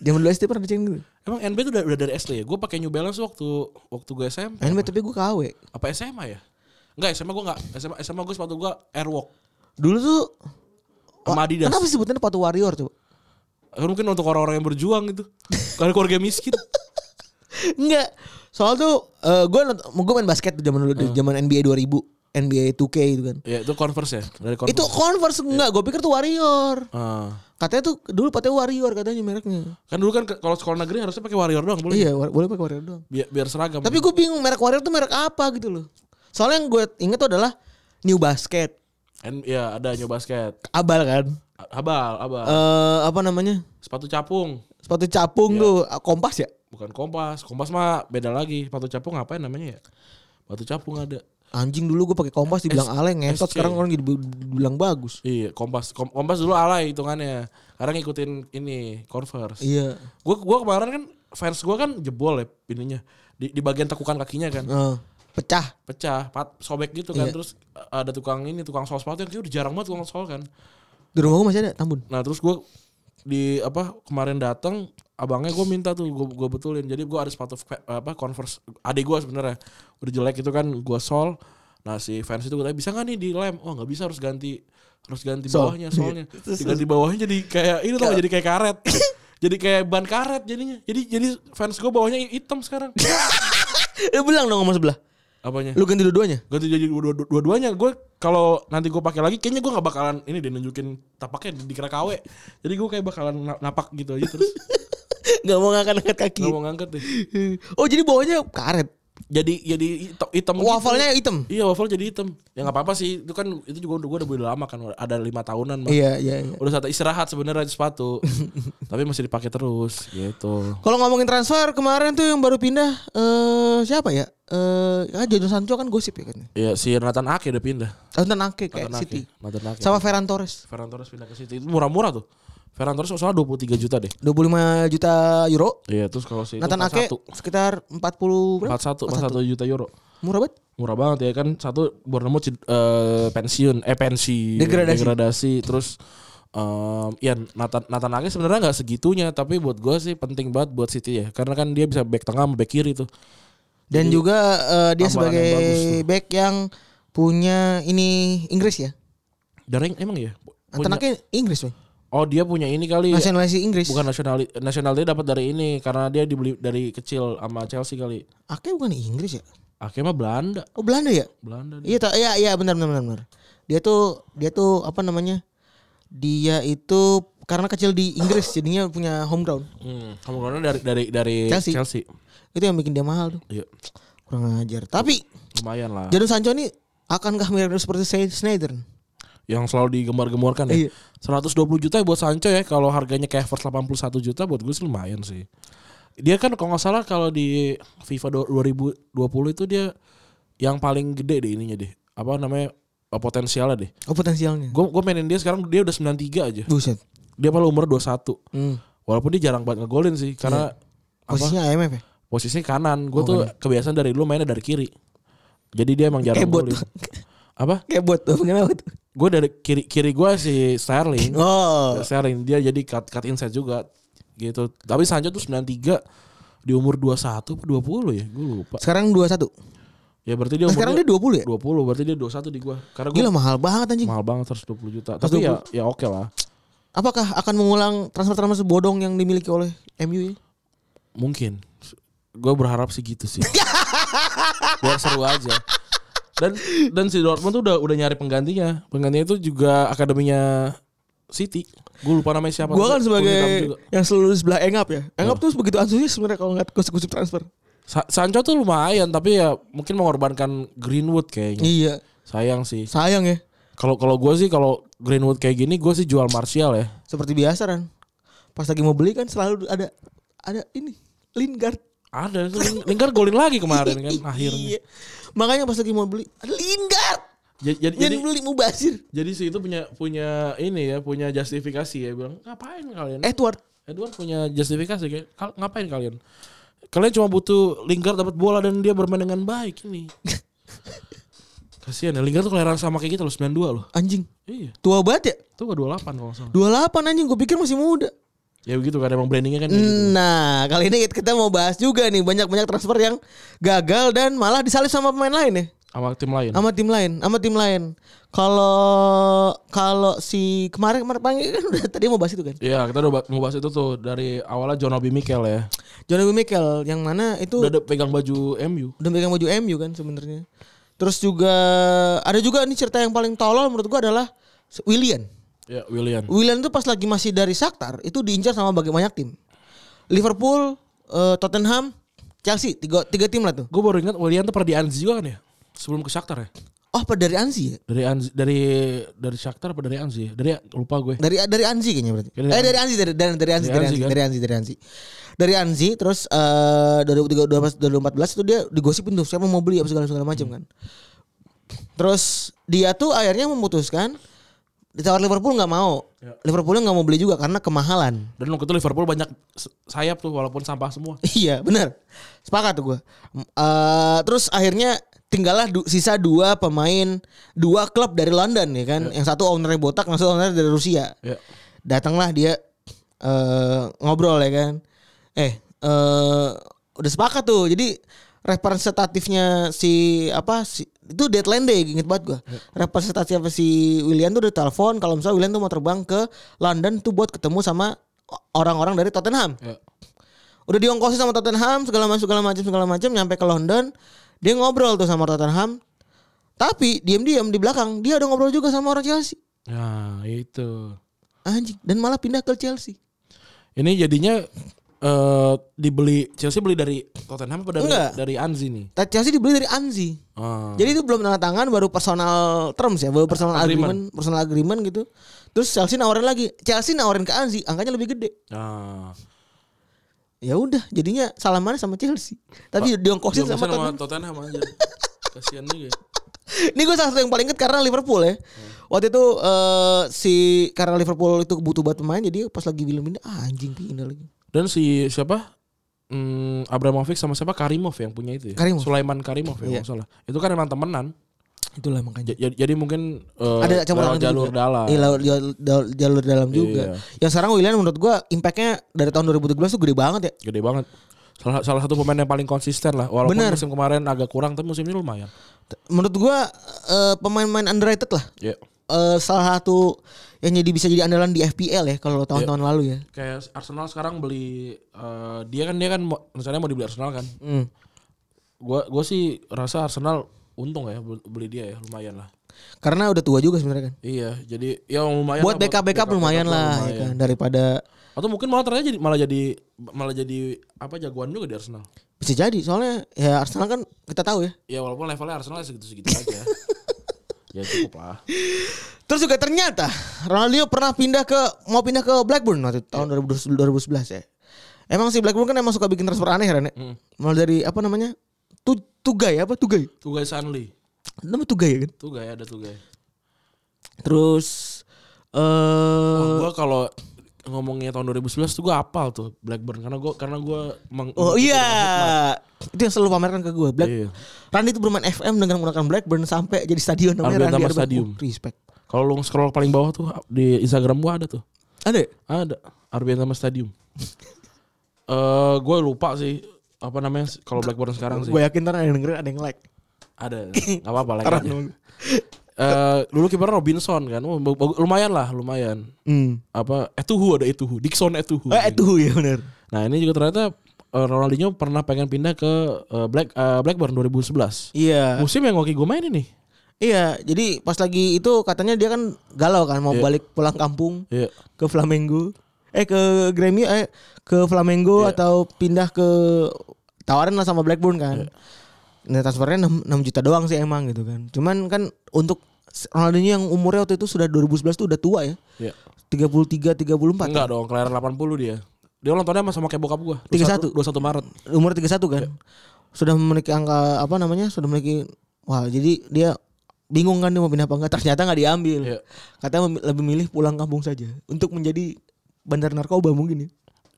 S3: Zaman dulu SD pernah dicengin gitu.
S2: emang NB itu udah, udah dari SD ya gue pakai New Balance waktu waktu gue SMP
S3: NB tapi gue KW.
S2: apa SMA ya Enggak SMA gue enggak SMA SMA gue sepatu gue Airwalk
S3: Dulu tuh
S2: sama Adidas
S3: kenapa sih sebutannya sepatu warrior coba?
S2: Kan mungkin untuk orang-orang yang berjuang gitu karena keluarga miskin
S3: Enggak. Soal tuh eh, gue nont- gue main basket tuh zaman dulu di zaman NBA 2000, NBA 2K gitu kan.
S2: ya itu Converse ya dari Converse
S3: Itu Converse enggak, gue pikir tuh warrior.
S2: Ah.
S3: Katanya tuh dulu katanya warrior katanya mereknya.
S2: Kan dulu kan ke- kalau sekolah negeri harusnya pakai Warrior doang boleh.
S3: Iya, war- boleh pakai warrior doang.
S2: Biar, biar seragam.
S3: Tapi gue bingung merek warrior tuh merek apa gitu loh. Soalnya yang gue inget tuh adalah New Basket.
S2: And, ya ada nyoba basket.
S3: Abal kan.
S2: A- Abal, abal.
S3: Eh apa namanya?
S2: sepatu capung,
S3: Sepatu capung tuh kompas ya?
S2: bukan kompas. Kompas mah beda lagi. Sepatu capung ngapain namanya ya? Sepatu capung ada.
S3: Anjing dulu gue pakai kompas dibilang alay ngentot
S2: SC.
S3: sekarang orang jadi bu- bilang bagus.
S2: Iya, kompas. Kom- kompas dulu alay hitungannya. Karena ngikutin ini Converse.
S3: Iya.
S2: Gue gua kemarin kan fans gua kan jebol ya ininya di, di bagian tekukan kakinya kan
S3: Eh, pecah.
S2: pecah pat, sobek gitu kan
S3: Iya.
S2: terus a- ada tukang ini tukang sol sepatu yang kayaknya udah jarang banget tukang sol kan
S3: Di rumah gue masih ada Tambun.
S2: Nah terus gue di apa kemarin datang abangnya gue minta tuh gue gue betulin jadi gue ada sepatu fe- apa converse adik gue sebenarnya udah jelek itu kan gue sol nah si fans itu gue tanya bisa nggak nih dilem wah nggak bisa harus ganti harus ganti
S3: Sol.
S2: bawahnya soalnya diganti bawahnya jadi kayak ini tuh jadi kayak karet jadi kayak ban karet jadinya jadi jadi fans gue bawahnya hitam sekarang
S3: Lu bilang dong sama sebelah.
S2: apanya
S3: Lu ganti dua-duanya.
S2: ganti jadi dua- dua- dua-duanya gue kalau nanti gue pakai lagi kayaknya gue nggak bakalan ini deh nunjukin tapaknya di, di Krakawe jadi gue kayak bakalan na- napak gitu aja terus
S3: Gak mau ngangkat-ngangkat kaki.
S2: nggak mau ngangkat deh
S3: Oh jadi bawahnya karet.
S2: jadi jadi hitam, hitam gitu.
S3: Wafelnya hitam.
S2: iya waffle jadi hitam ya nggak apa-apa sih itu kan itu juga gue udah beli lama kan ada lima tahunan mah.
S3: Iya, iya, iya.
S2: udah saat istirahat sebenarnya itu sepatu tapi masih dipakai terus gitu
S3: Kalau ngomongin transfer kemarin tuh yang baru pindah eh siapa ya? Eh ya Jadon Sancho kan gosip ya katanya.
S2: ya si Nathan Ake udah pindah
S3: Nathan Ake kayak
S2: Nathan Ake.
S3: City.
S2: Nathan Ake
S3: Sama Ferran Torres.
S2: Ferran Torres pindah ke City itu murah-murah tuh Ferran Torres soalnya 23 juta deh
S3: 25 juta euro.
S2: iya terus kalau si itu
S3: Nathan Ake
S2: 41
S3: sekitar 40 berapa?
S2: 41 41 juta euro
S3: Murah banget.
S2: murah banget ya kan satu Bournemouth eh, pensiun eh pensi
S3: Degradasi.
S2: terus em, ya Nathan Nathan Ake sebenarnya nggak segitunya tapi buat gue sih penting banget buat City ya karena kan dia bisa back tengah sama back kiri tuh
S3: Dan juga eh, dia
S2: tambahan
S3: sebagai
S2: yang bagus tuh.
S3: back yang punya ini Inggris ya.
S2: Dareng emang ya? Punya-
S3: Antenaknya Inggris, Bang.
S2: oh dia punya ini kali. ya.
S3: Nasionalisasi Inggris.
S2: Bukan nasional nasional dia dapat dari ini karena dia dibeli dari kecil sama Chelsea kali.
S3: Ake bukan Inggris ya?
S2: Akhirnya mah Belanda.
S3: Oh, Belanda ya?
S2: Belanda. dia.
S3: Iya, ta- iya, iya, benar, benar, benar, benar. Dia tuh, dia tuh apa namanya? Dia itu karena kecil di Inggris, jadinya punya home ground.
S2: Hmm, kamu karena dari dari dari
S3: Chelsea.
S2: Chelsea.
S3: Itu yang bikin dia mahal tuh.
S2: Iya,
S3: Kurang ajar. Tapi
S2: lumayan lah.
S3: Jadon Sancho ini akankah mirip seperti Sne- Sneijder?
S2: Yang selalu digembar-gemborkan ya.
S3: Iya.
S2: 120 juta buat Sancho ya. Kalau harganya kayak Havertz 81 juta buat gue sih lumayan sih. Dia kan kalau nggak salah kalau di FIFA do- 2020 itu dia yang paling gede deh ininya deh. Apa namanya? eh, potensialnya deh.
S3: Oh potensialnya.
S2: Gue gue mainin dia sekarang dia udah 93 aja.
S3: Buset.
S2: Dia paling umur 21.
S3: Hmm.
S2: Walaupun dia jarang banget ngegolin sih karena
S3: Posisinya IMF ya?
S2: posisi kanan. Gue tuh kebiasaan dari dulu mainnya dari kiri. Jadi dia emang jarang
S3: Kebot.
S2: ngegolin. Apa?
S3: Kayak bot. tuh. Kenapa tuh?
S2: Gue dari kiri kiri gue si Sterling.
S3: Oh.
S2: Sterling dia jadi cut cut inside juga gitu. Tapi Sancho tuh 93 di umur 21 atau 20 ya, gue lupa.
S3: Sekarang 21.
S2: Ya berarti dia
S3: Nah, sekarang dia
S2: umurnya
S3: 20 ya?
S2: 20, berarti dia 21 di gua. Karena gua
S3: Gila mahal banget anjing.
S2: mahal banget 120 juta. Tapi ya ya oke lah.
S3: Apakah akan mengulang transfer-transfer bodong yang dimiliki oleh MU ini?
S2: Mungkin. Gue berharap sih gitu sih. Biar seru aja. Dan dan si Dortmund tuh udah udah nyari penggantinya. Penggantinya itu juga akademinya City. Gue lupa namanya siapa. Kulit
S3: Gua kan
S2: hitam
S3: sebagai
S2: juga.
S3: yang selalu di sebelah Engap ya. Engap tuh begitu antusias sebenarnya kalau ngeliat gosip-gosip transfer.
S2: Sa- Sancho tuh lumayan tapi ya mungkin mengorbankan Greenwood kayaknya.
S3: Iya,
S2: Sayang sih.
S3: sayang ya.
S2: Kalau kalau gue sih kalau Greenwood kayak gini gue sih jual Martial ya.
S3: Seperti biasa kan. Pas lagi mau beli kan selalu ada ada ini Lingard.
S2: Ada Ling- Lingard golin lagi kemarin kan akhirnya.
S3: Iya. Makanya pas lagi mau beli ada Lingard.
S2: Jadi jadi,
S3: Yang
S2: jadi,
S3: beli Mubasir.
S2: jadi sih itu punya punya ini ya punya justifikasi ya bilang ngapain kalian?
S3: Edward.
S2: Edward punya justifikasi kayak "Kal- ngapain kalian? Kalian cuma butuh Lingard dapat bola dan dia bermain dengan baik ini. Kasihan ya Lingard tuh kelahiran sama kayak kita loh 92 loh.
S3: Anjing.
S2: Iya,
S3: Tua banget ya?
S2: itu gak 28 kalau nggak salah.
S3: 28 anjing gue pikir masih muda.
S2: Ya begitu kan emang brandingnya kan kayak gitu.
S3: Nah, kali ini kita mau bahas juga nih banyak-banyak transfer yang gagal dan malah disalip sama pemain lain ya,
S2: sama tim lain.
S3: sama tim lain, sama tim lain. Kalau kalau si kemarin kemarin panggil kan udah tadi mau bahas itu kan.
S2: Iya, kita udah ba- mau bahas itu tuh dari awalnya John Obi Mikel ya.
S3: Johnny Mikel yang mana itu
S2: Udah ada pegang baju MU.
S3: udah pegang baju MU kan sebenarnya. Terus juga ada juga nih cerita yang paling tolol menurut gua adalah William.
S2: Ya, William.
S3: Willian tuh pas lagi masih dari Shakhtar itu diincar sama bagi banyak tim. Liverpool, eh, Tottenham, Chelsea, tiga tiga tim lah tuh.
S2: Gue baru ingat William tuh pernah di Anzi juga kan ya? Sebelum ke Shakhtar ya?
S3: Oh, apa dari Anzi ya?
S2: Dari Anzi, dari dari Shakhtar apa dari Anzi? ya? Dari lupa gue.
S3: Dari dari Anzi kayaknya berarti.
S2: Dari
S3: eh dari Anzi dari dari dari Anzi dari
S2: Dari Anzi,
S3: Anzi
S2: kan?
S3: dari Anzi dari Anzi. Dari Anzi terus eh 2013 2014 itu dia digosipin tuh siapa mau beli apa segala segala macam kan. Terus dia tuh akhirnya memutuskan ditawar Liverpool nggak mau. Liverpoolnya nggak mau beli juga karena kemahalan.
S2: Dan waktu itu Liverpool banyak s- sayap tuh walaupun sampah semua.
S3: Iya benar sepakat tuh gue. Eh terus akhirnya tinggallah du- sisa dua pemain dua klub dari London ya kan. Yang satu ownernya botak, yang satu ownernya dari Rusia.
S2: Ya.
S3: Datanglah dia eh ngobrol ya kan. Eh eh udah sepakat tuh. Jadi representatifnya si apa si itu deadline deh inget banget gue representatifnya si William tuh udah telepon kalau misalnya William tuh mau terbang ke London tuh buat ketemu sama orang-orang dari Tottenham
S2: Ya.
S3: udah diongkosin sama Tottenham segala macam segala macam segala macam nyampe ke London dia ngobrol tuh sama Tottenham tapi diam-diam di belakang dia udah ngobrol juga sama orang Chelsea
S2: Nah, itu.
S3: anjing dan malah pindah ke Chelsea
S2: Ini jadinya eh dibeli Chelsea beli dari Tottenham apa dari
S3: Enggak.
S2: dari Anzi nih?
S3: Ta- Chelsea dibeli dari Anzi
S2: Ah.
S3: jadi itu belum tanda tangan baru personal terms ya baru personal agreement.
S2: Agreement.
S3: personal agreement gitu terus Chelsea nawarin lagi Chelsea nawarin ke Anzi angkanya lebih gede
S2: Nah.
S3: ya udah jadinya salamannya sama Chelsea tapi diongkosin
S2: Dia
S3: sama,
S2: sama,
S3: Tottenham
S2: Tottenham aja. Kasihan juga. ya.
S3: Ini gue salah satu yang paling inget karena Liverpool ya.
S2: Hmm.
S3: Waktu itu eh, si karena Liverpool itu butuh buat pemain jadi pas lagi William pindah ah, anjing pindah lagi.
S2: Dan si siapa? Hmm, Abramovich sama siapa Karimov yang punya itu ya?
S3: Karimov.
S2: Sulaiman Karimov ya
S3: Iya.
S2: kalau nggak salah. Itu kan emang temenan.
S3: Itulah makanya.
S2: J- jadi, jadi mungkin eh,
S3: Ada campur
S2: lewat
S3: tangan
S2: jalur
S3: juga.
S2: dalam.
S3: Iya, lewat jalur- jalur- jalur dalam juga.
S2: Iya.
S3: Yang sekarang William menurut gue impactnya dari tahun 2017 tuh gede banget ya.
S2: Gede banget. Salah, salah satu pemain yang paling konsisten lah. Walaupun
S3: Bener.
S2: musim kemarin agak kurang tapi musim ini lumayan.
S3: Menurut gue eh, pemain-pemain underrated lah.
S2: Iya.
S3: eh, salah satu yang jadi bisa jadi andalan di FPL ya kalau tahun-tahun lalu ya.
S2: Kayak Arsenal sekarang beli eh, dia kan dia kan mau- rencananya mau dibeli Arsenal kan.
S3: Hmm.
S2: Gua gua sih rasa Arsenal untung ya bel- beli dia ya lumayan lah.
S3: Karena udah tua juga sebenarnya kan.
S2: Iya, jadi ya lumayan
S3: Buat
S2: lah,
S3: backup backup lumayan lah ya
S2: lumayan.
S3: kan daripada
S2: Atau mungkin malah ternyata jadi malah jadi malah jadi apa jagoan juga di Arsenal.
S3: bisa jadi soalnya ya Arsenal kan kita tahu ya.
S2: Ya walaupun levelnya Arsenal segitu-segitu aja. ya cukup lah.
S3: Terus juga ternyata Ronaldinho pernah pindah ke mau pindah ke Blackburn waktu itu, tahun 2012 2011 ya. Emang si Blackburn kan emang suka bikin transfer aneh kan.
S2: Hmm.
S3: Mulai dari apa namanya? Tu, tugai apa tugai?
S2: Tugai Sanli.
S3: Namanya tugai ya kan.
S2: Tugai ada Tugai.
S3: Terus eh
S2: Oh, gua kalau ngomongnya tahun 2011 tuh gua apal tuh Blackburn karena gua karena gua meng-
S3: Oh iya. Itu yang selalu pamerkan ke gue. Black.
S2: Iya.
S3: Randy itu bermain FM dengan menggunakan Blackburn sampai jadi stadion
S2: Albion Taman
S3: namanya Randy Albion.
S2: Stadium.
S3: Oh, respect.
S2: Kalau lu scroll paling bawah tuh di Instagram gua ada tuh.
S3: Ada. ya?
S2: Ada Arbian sama Stadium. Eh gua lupa sih apa namanya s- kalau Blackburn sekarang sih.
S3: Gue yakin ntar ada yang dengerin ada yang like.
S2: Ada. Enggak apa-apa lah.
S3: Taran
S2: Eh
S3: dong.
S2: dulu kiper Robinson kan. Oh, bagu- lumayan lah, lumayan.
S3: Hmm.
S2: Apa Etuhu ada Etuhu, Dixon Etuhu.
S3: Eh itu ya benar.
S2: Nah, ini juga ternyata eh, Ronaldinho pernah pengen pindah ke eh, Black eh, Blackburn 2011.
S3: Iya.
S2: Musim yang waktu gue main ini.
S3: Iya, jadi pas lagi itu katanya dia kan galau kan mau
S2: Iya.
S3: balik pulang kampung
S2: Iya.
S3: ke Flamengo. Eh ke Gremio eh ke Flamengo
S2: Iya.
S3: atau pindah ke tawaran lah sama Blackburn
S2: Iya.
S3: kan. Nah, transfernya 6, 6 juta doang sih emang gitu kan. Cuman kan untuk Ronaldinho yang umurnya waktu itu sudah 2011 tuh udah tua ya.
S2: Iya.
S3: 33 34.
S2: Enggak dong, kelahiran 80 dia. Dia ulang tahunnya sama sama kayak bokap gua.
S3: 31.
S2: 21 Maret.
S3: Umur 31 kan.
S2: Iya.
S3: Sudah memiliki angka apa namanya? Sudah memiliki wah jadi dia bingung kan dia mau pindah apa enggak. Ternyata nggak diambil.
S2: Iya.
S3: Katanya mem- lebih milih pulang kampung saja untuk menjadi bandar narkoba mungkin ya.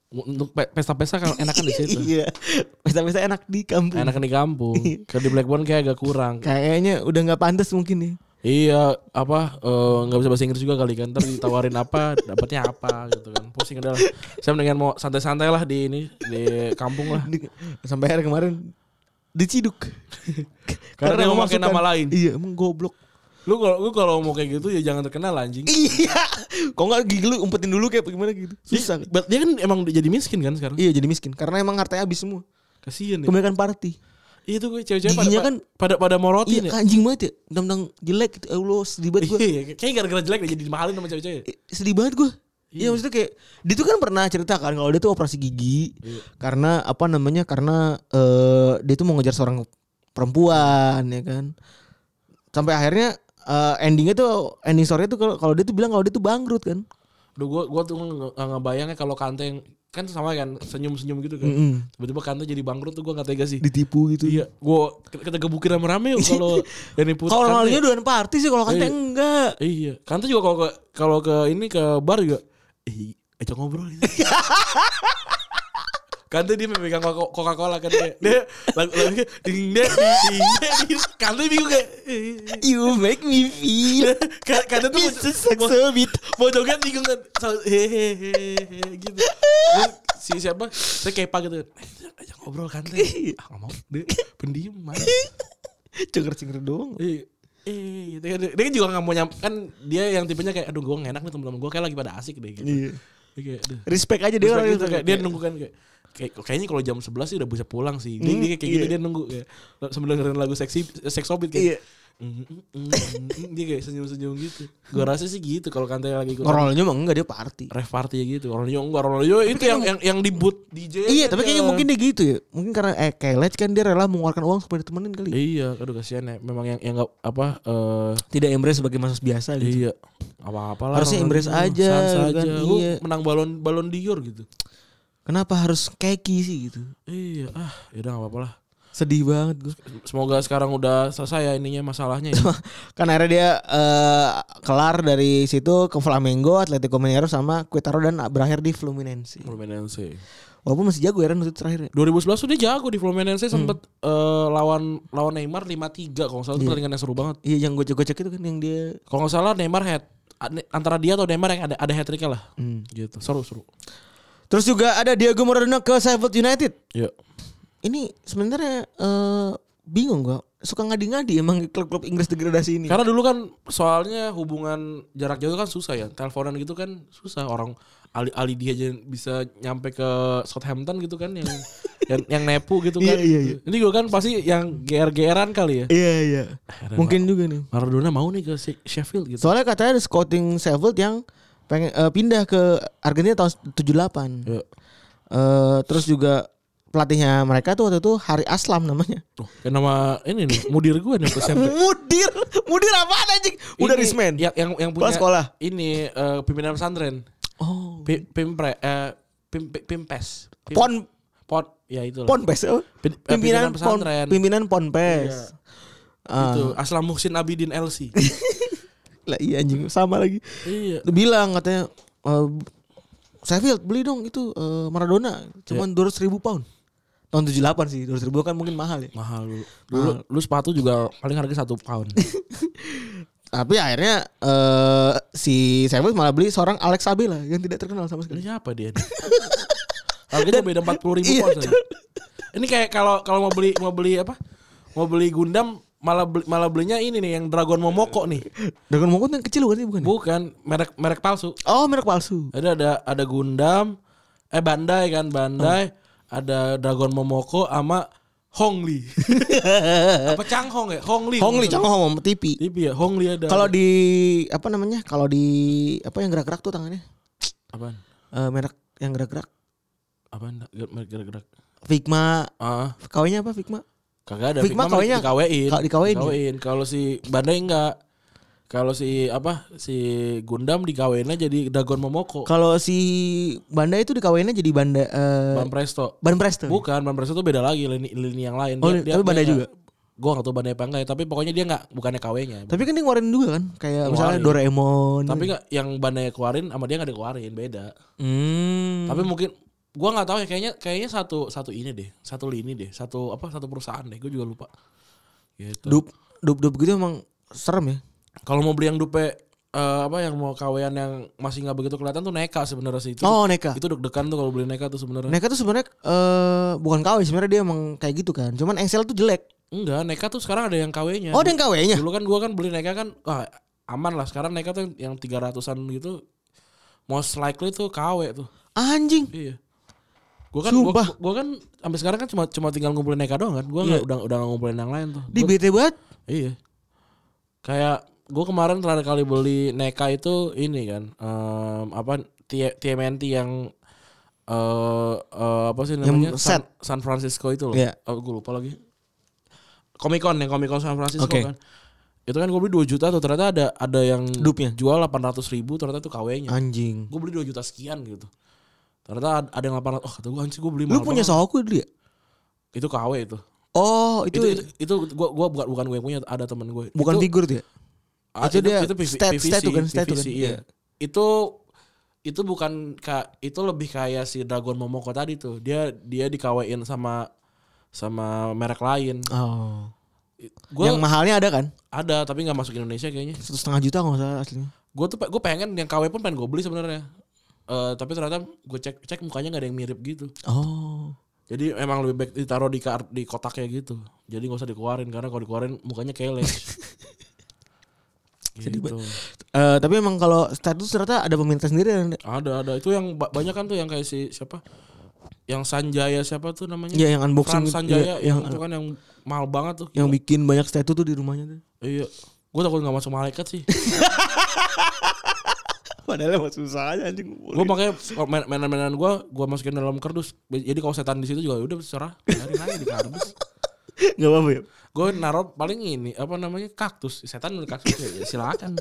S2: Untuk pe- pesta-pesta kan enakan di situ.
S3: Iya. Pesta-pesta enak di kampung.
S2: Enakan di kampung. Kalau di Blackburn kayak agak kurang.
S3: Kayaknya udah nggak pantas mungkin nih.
S2: Iya, apa eh, nggak bisa bahasa Inggris juga kali kan? Ntar ditawarin apa, dapatnya apa gitu kan? Pusing udah lah. Saya mendingan mau santai-santai lah di ini di kampung lah.
S3: Di- Sampai akhirnya kemarin diciduk.
S2: Karena dia mau pakai
S3: memasukkan-
S2: nama lain.
S3: Iya, emang goblok.
S2: Lu kalau lu kalau mau kayak gitu ya jangan terkenal anjing.
S3: Iya. Kok nggak gigi lu umpetin dulu kayak gimana gitu. Susah.
S2: Dia, dia kan emang jadi miskin kan sekarang?
S3: Iya, jadi miskin karena emang hartanya habis semua.
S2: Kasian ya.
S3: Kebanyakan party.
S2: Iya tuh gue cewek-cewek pada,
S3: Giginya
S2: kan,
S3: kan-
S2: pada pada morotin
S3: Iya,
S2: ya.
S3: anjing banget ya. Dendam jelek gitu. Ya Allah, sedih banget gue.
S2: Iya, kayaknya gara-gara jelek deh jadi dimahalin sama cewek-cewek.
S3: Eh, sedih banget gue. Iya maksudnya kayak dia tuh kan pernah cerita kan kalau dia tuh operasi gigi karena apa namanya karena eh dia tuh mau ngejar seorang perempuan ya kan sampai akhirnya eh, endingnya tuh ending story-nya tuh kalau kalau dia tuh bilang kalau dia tuh bangkrut kan
S2: Aduh gue gue tuh nggak nggak ngebayangnya kalau Kante yang kan sama kan senyum-senyum gitu kan.
S3: Mm-mm.
S2: Tiba-tiba Kante jadi bangkrut tuh gue nggak tega sih.
S3: ditipu gitu.
S2: Iya, gue kita gebukin rame-rame yuk kalau Dani Putri.
S3: Kalau
S2: Kante-
S3: Ronaldinho doan party sih kalau kata
S2: Iya.
S3: enggak.
S2: ya. Iya, Kante juga kalau ke kalau ke ini ke bar juga. Eh, ajak ngobrol. gitu. Kante dia memegang Coca- Coca-Cola kan dia. Dia lagu lagunya ding ding ding ding. Kante bingung kayak eh, eh,
S3: You make me feel
S2: eh. Kante tuh
S3: Mr.
S2: mau-
S3: Saxo Beat.
S2: mau joget bingung kan So- hehehe gitu Terus si siapa saya kepa gitu "Eh, ajak ngobrol kan Teh." ah nggak mau dia pendiam mana
S3: Cenger-cenger doang.
S2: eh eh, gitu kan. dia kan juga nggak mau nyam kan dia yang tipenya kayak aduh gue nggak enak nih teman-teman gue kayak lagi pada asik deh gitu
S3: Iya.
S2: Dia kayak aduh
S3: Respect aja
S2: Terus
S3: dia orang
S2: kayak gitu,
S3: itu.
S2: kayak dia nunggu kan kayak kayak- kayaknya kalau jam 11 sih udah bisa pulang sih.
S3: Hmm,
S2: Dia, dia kayak gitu dia nunggu kayak sambil dengerin lagu seksi seksobit
S3: Iya.
S2: kayak. "Mm, mm, mm, mm, mm." dia kayak senyum-senyum gitu. Gua rasa sih gitu kalau Kante lagi ikut
S3: Ronaldinho emang enggak dia party.
S2: rave party gitu. Ronaldinho enggak Ronaldinho itu yang yang yang di boot DJ.
S3: Iya,
S2: kan dia.
S3: tapi kayaknya mungkin dia gitu ya. Mungkin karena eh kayak Lech kan dia rela mengeluarkan uang supaya ditemenin kali.
S2: Iya, aduh kasihan ya. Memang yang yang enggak apa eh
S3: Tidak embrace sebagai masuk biasa gitu.
S2: iya apa-apa lah.
S3: Harusnya embrace aja,
S2: sans
S3: gitu kan.
S2: aja. Lu
S3: Iya.
S2: menang balon balon Dior gitu.
S3: Kenapa harus keki sih gitu?
S2: Iya, ah, ya udah enggak apa-apa lah.
S3: Sedih banget gue.
S2: Semoga sekarang udah selesai ya ininya masalahnya ya.
S3: kan akhirnya dia eh, kelar dari situ ke Flamengo, Atletico Mineiro sama Querétaro dan berakhir di Fluminense.
S2: Fluminense.
S3: Walaupun masih jago ya Ren untuk terakhir.
S2: 2011 tuh dia jago di Fluminense
S3: Hmm.
S2: sempet eh, lawan lawan Neymar 5-3 kalau nggak salah itu pertandingan yang seru banget.
S3: Iya yang gocek-gocek itu kan yang dia
S2: Kalau nggak salah Neymar head antara dia atau Neymar yang ada ada hat tricknya lah.
S3: Hmm.
S2: Gitu. Seru seru.
S3: Terus juga ada Diego Maradona ke Sheffield United.
S2: Iya.
S3: Ini sebenarnya eh, bingung gua. Suka ngadi-ngadi emang klub-klub Inggris degradasi ini.
S2: Karena dulu kan soalnya hubungan jarak jauh kan susah ya. Teleponan gitu kan susah orang Ali Ali dia aja bisa nyampe ke Southampton gitu kan yang yang, yang nepu gitu kan.
S3: Iya, iya, iya.
S2: Ini gue kan pasti yang GR-GRan kali ya.
S3: Iya iya. Mungkin juga nih.
S2: Maradona mau nih ke Se- Sheffield gitu.
S3: Soalnya katanya ada scouting Sheffield yang pengen eh, pindah ke Argentina tahun 78.
S2: Ya.
S3: Eh, terus juga pelatihnya mereka tuh waktu itu Hari Aslam namanya.
S2: Tuh, kayak nama ini nih, mudir gue nih ke Sheffield.
S3: Mudir, mudir apaan anjing? Udah
S2: Ini
S3: rismen.
S2: Yang yang yang punya
S3: sekolah.
S2: Ini eh, pimpinan pesantren.
S3: Oh.
S2: Pi- Pimpre eh pim, pim- pimpes. Pim-
S3: Pon
S2: pon ya itu.
S3: Ponpes. oh.
S2: Pimpinan,
S3: Pimpinan pon,
S2: pesantren.
S3: pimpinan Ponpes.
S2: Iya.
S3: Ah,
S2: Itu Aslam Muhsin Abidin LC.
S3: lah iya anjing sama lagi.
S2: iya.
S3: Dia bilang katanya eh, Sheffield beli dong itu eh, Maradona cuman 200 ribu pound. Tahun 78 sih, 200 ribu kan mungkin mahal ya.
S2: Mahal lu. Dulu lu sepatu juga paling harga satu pound.
S3: Tapi akhirnya eh si Sheffield malah beli seorang Alex Abela yang tidak terkenal sama
S2: Ini
S3: sekali.
S2: siapa dia? nih? Harganya beda empat puluh ribu pound. soalnya. Ini kayak kalau kalau mau beli mau beli apa? Mau beli Gundam malah beli, malah belinya ini nih yang Dragon Momoko nih.
S3: Dragon Mongkut yang kecil bukan sih bukan? ya?
S2: Bukan merek merek palsu.
S3: Oh, merek palsu.
S2: Ada ada ada Gundam, eh Bandai kan Bandai, ada Dragon Momoko sama Hongli. apa Changhong ya? Hongli.
S3: Hongli, jangan ngomong TV.
S2: Tapi ya Hongli ada.
S3: Kalau di apa namanya? Kalau di apa yang gerak-gerak tuh tangannya?
S2: apaan?
S3: Eh merek yang gerak-gerak.
S2: Apaan? Merek gerak-gerak.
S3: Figma,
S2: Ah.
S3: kawinnya apa Figma?
S2: Kagak ada.
S3: Figma
S2: mah
S3: kawinnya-
S2: dikawin.
S3: Ka- dikawin ya?
S2: Kalau si Bandai enggak. Kalau si apa si Gundam dikawinnya jadi Dagon Momoko.
S3: Kalau si Banda itu dikawinnya jadi Banda eh
S2: Ban Presto.
S3: Ban Presto.
S2: Bukan, Ban Presto itu beda lagi lini, lini yang lain.
S3: Oh, tapi Bandai juga?
S2: Gue gak tau Bandai apa enggak ya, tapi pokoknya dia enggak, bukannya KW-nya.
S3: Tapi kan dia ngeluarin juga kan kayak misalnya
S2: Ngeluarin.
S3: Doraemon.
S2: tapi enggak, yang Bandai keluarin sama dia enggak dikeluarin, beda.
S3: Hmm.
S2: Tapi mungkin gua nggak tahu ya kayaknya kayaknya satu satu ini deh, satu lini deh, satu apa satu perusahaan deh, gue juga lupa. Gitu.
S3: dup dup dup gitu emang serem ya.
S2: Kalau mau beli yang dupe eh, apa yang mau kawean yang masih nggak begitu kelihatan tuh neka sebenarnya sih itu.
S3: Oh, Neka.
S2: Itu deg-degan tuh kalau beli neka tuh sebenarnya.
S3: Neka tuh sebenarnya eh bukan KW sebenarnya dia emang kayak gitu kan. Cuman Engsel tuh jelek.
S2: Enggak, neka tuh sekarang ada yang KW-nya.
S3: Oh, dan KW-nya.
S2: Dulu kan gua kan beli neka kan wah, aman lah. Sekarang neka tuh yang 300-an gitu most likely tuh KW tuh.
S3: Anjing.
S2: Iya. Gua kan gua,
S3: Sumpah. Iya.
S2: gua kan sampai sekarang kan cuma cuma tinggal ngumpulin neka doang kan. Gua nggak udah udah nggak ngumpulin yang lain tuh.
S3: Di bete banget.
S2: Iya. Kayak gue kemarin terakhir kali beli Neka itu ini kan em, apa T- TMNT yang eh eh, apa sih namanya
S3: Yang
S2: San,
S3: set.
S2: San Francisco itu loh.
S3: Iya.
S2: Oh, gue lupa lagi. Comic Con yang Comic Con San Francisco
S3: Oke.
S2: kan. Itu kan gue beli 2 juta tuh ternyata ada ada yang
S3: Dupnya. Ah.
S2: jual 800 ribu ternyata itu
S3: Iya.
S2: KW-nya.
S3: Anjing.
S2: Gue beli 2 juta sekian gitu. Ternyata ad- ada yang 800. Oh, kata gue anjir gue beli
S3: Lu
S2: mahal
S3: punya
S2: banget.
S3: saku dulu ya?
S2: Itu KW itu.
S3: Oh,
S2: Itu
S3: itu,
S2: itu, itu gua gua bukan bukan gue yang punya ada temen gue.
S3: bukan
S2: Itu-
S3: figur tuh ya?
S2: Ah,
S3: Itu dia stat- statue kan, statue
S2: PVC,
S3: kan.
S2: iya.
S3: Iya.
S2: Itu itu bukan ka, itu lebih kayak si Dragon Momoko tadi tuh. Dia dia dikawain sama sama merek lain.
S3: Oh.
S2: Gue
S3: yang mahalnya ada kan?
S2: ada tapi nggak masuk Indonesia kayaknya.
S3: Satu setengah juta kalau nggak salah aslinya.
S2: Gue tuh gue pengen yang KW pun pengen gue beli sebenarnya. Eh, tapi ternyata gue cek cek mukanya nggak ada yang mirip gitu.
S3: Oh.
S2: Jadi emang lebih baik ditaruh di kar- di kotaknya gitu. Jadi nggak usah dikeluarin karena kalau dikeluarin mukanya keles. gitu.
S3: Eh tapi emang kalau status ternyata ada pemerintah sendiri yang
S2: Ada ada itu yang ba- banyak kan tuh yang kayak si siapa? Yang Sanjaya siapa tuh namanya?
S3: ya yang
S2: Frans
S3: unboxing gitu.
S2: Sanjaya
S3: Iya, yang
S2: yang itu kan yang mahal banget tuh.
S3: yang bikin banyak statue tuh di rumahnya tuh.
S2: Iya. Gue takut gak masuk malaikat sih.
S3: Padahal emang susah aja anjing.
S2: Gue makanya kalau main- mainan-mainan gue, gue masukin dalam kardus. Jadi kalau setan di situ juga udah serah. Biarin aja di kardus.
S3: Enggak apa-apa ya.
S2: Gue naruh paling ini apa namanya kaktus. Setan di kaktus ya, ya silakan.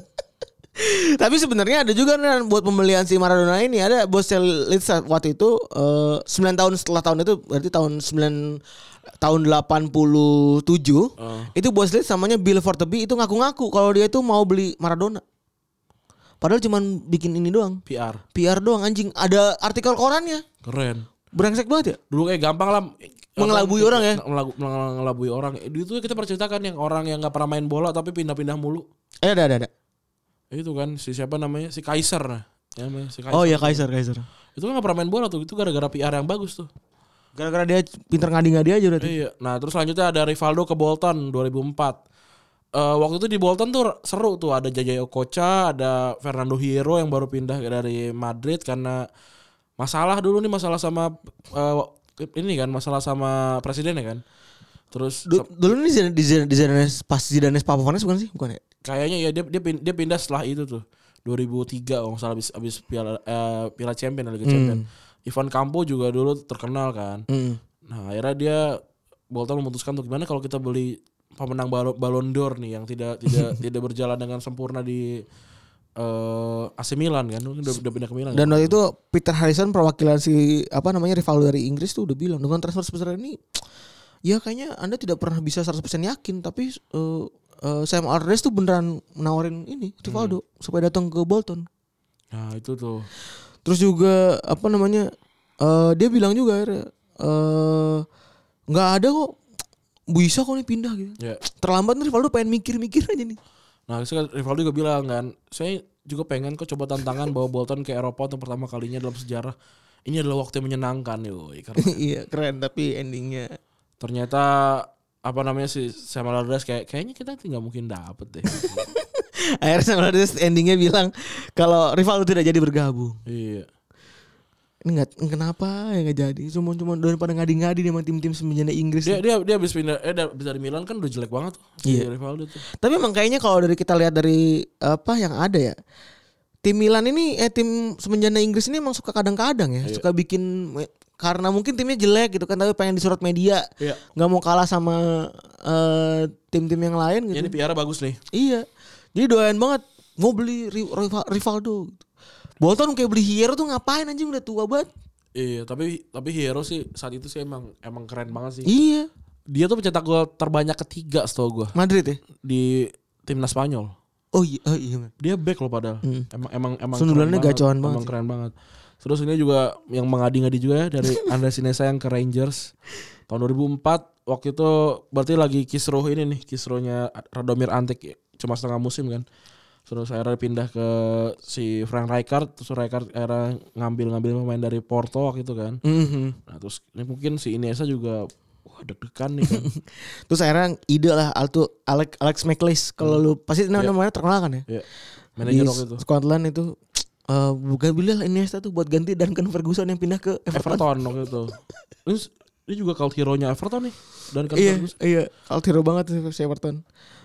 S3: Tapi sebenarnya ada juga nih buat pembelian si Maradona ini ada Bosel Litsa waktu itu eh, 9 tahun setelah tahun itu berarti tahun 9 tahun 87 itu Bos Litz namanya Bill Forteby itu ngaku-ngaku kalau dia itu mau beli Maradona. Padahal cuman bikin ini doang.
S2: PR.
S3: PR doang anjing. Ada artikel korannya.
S2: Keren.
S3: Brengsek banget ya.
S2: Dulu kayak gampang lah
S3: Mengelabui
S2: apa,
S3: orang ya?
S2: melagu- Mengelabui orang Itu kita perceritakan yang orang yang gak pernah main bola Tapi pindah-pindah mulu
S3: Eh ada ada ada.
S2: itu kan si siapa namanya si Kaiser nah ya namanya si Kaiser
S3: Oh ya Kaiser Kaiser.
S2: itu kan gak pernah main bola tuh itu gara-gara PR yang bagus tuh
S3: Gara-gara dia pinter ngadi-ngadi aja berarti.
S2: Iya. Nah terus selanjutnya ada Rivaldo ke Bolton 2004. Eh waktu itu di Bolton tuh seru tuh ada Jajayo Kocha, ada Fernando Hierro yang baru pindah dari Madrid karena masalah dulu nih masalah sama eh, ini kan masalah sama presiden ya kan. Terus
S3: Du- dulu nih Zidane, di Zidane, di Zidane, pas Zidane Pavlovic bukan sih? Bukan ya?
S2: kayaknya ya dia dia pin- dia pindah setelah itu tuh 2003 kalau nggak salah abis, abis piala eh, piala champion Liga champion Ivan Campo juga dulu terkenal kan
S3: Mm.
S2: nah akhirnya dia Bolton memutuskan untuk gimana kalau kita beli pemenang Bal- Ballon d'Or nih yang tidak tidak tidak berjalan dengan sempurna di eh, AC Milan kan udah, udah pindah ke Milan
S3: Dan
S2: kan?
S3: waktu itu Peter Harrison perwakilan si apa namanya Rivaldo dari Inggris tuh udah bilang dengan transfer sebesar ini ya kayaknya Anda tidak pernah bisa 100% yakin tapi eh, eh, Sam Allardyce tuh beneran menawarin ini Rivaldo supaya datang ke Bolton.
S2: nah itu tuh
S3: Terus juga apa namanya eh, dia bilang juga akhirnya, eh nggak ada kok bisa kok nih pindah gitu.
S2: ya
S3: Terlambat nih Rivaldo pengen mikir-mikir aja nih.
S2: nah terus kan Rivaldo juga bilang kan saya juga pengen kok coba tantangan bawa Bolton ke Eropa untuk pertama kalinya dalam sejarah ini adalah waktu yang menyenangkan yoi karena
S3: Iya keren tapi endingnya
S2: ternyata apa namanya si Sam Allardyce kayak kayaknya kita nggak mungkin dapet deh.
S3: akhirnya Sam Allardyce endingnya bilang kalau Rivaldo tidak jadi bergabung.
S2: iya.
S3: Ini nggak kenapa ya nggak jadi. Cuma cuma daripada ngadi-ngadi nih sama tim-tim semenjana Inggris.
S2: Dia dia dia habis pindah eh da- habis dari Milan kan udah jelek banget tuh. si
S3: Iya.
S2: Rivaldo tuh.
S3: Tapi emang kayaknya kalau dari kita lihat dari apa yang ada ya. Tim Milan ini eh tim semenjana Inggris ini emang suka kadang-kadang ya,
S2: Iya.
S3: suka bikin karena mungkin timnya jelek gitu kan tapi pengen disorot media.
S2: Iya.
S3: nggak mau kalah sama eh, tim-tim yang lain gitu.
S2: Ini PR bagus nih.
S3: Iya. Jadi doyan banget mau beli Ri- Riva- Rivaldo. gitu. Bolton kayak beli Hierro tuh ngapain anjing udah tua banget.
S2: Iya, tapi tapi Hero sih saat itu sih emang emang keren banget sih.
S3: Iya.
S2: Dia tuh pencetak gol terbanyak ketiga setahu gua
S3: Madrid ya?
S2: di timnas Spanyol.
S3: Oh iya, oh iya. bener.
S2: Dia back loh padahal. Emang emang emang
S3: Hmm. Sundulannya
S2: keren
S3: gacauan banget
S2: Emang
S3: sih.
S2: keren banget. Terus ini juga yang mengadi-ngadi juga ya dari Andra Sinesa yang ke Rangers tahun 2004 waktu itu berarti lagi kisruh ini nih kisruhnya Radomir Antek cuma setengah musim kan. Terus akhirnya pindah ke si Frank Rijkaard terus Rijkaard akhirnya ngambil-ngambil pemain dari Porto waktu itu kan.
S3: Mhm.
S2: Nah terus ini mungkin si Iniesta juga wah deg-degan nih kan.
S3: Terus akhirnya ide lah Alto Alex Alex McLeish kalau lu pasti nama namanya terkenal kan
S2: ya,
S3: ya. Di
S2: manajer waktu itu.
S3: Scotland itu eh bukan belilah Iniesta tuh buat ganti Duncan Ferguson yang pindah ke Everton.
S2: Everton waktu itu. Terus dia juga kalau hero-nya Everton nih. Dan kan
S3: Iya,
S2: bagus.
S3: iya. Altiro banget sih si Everton.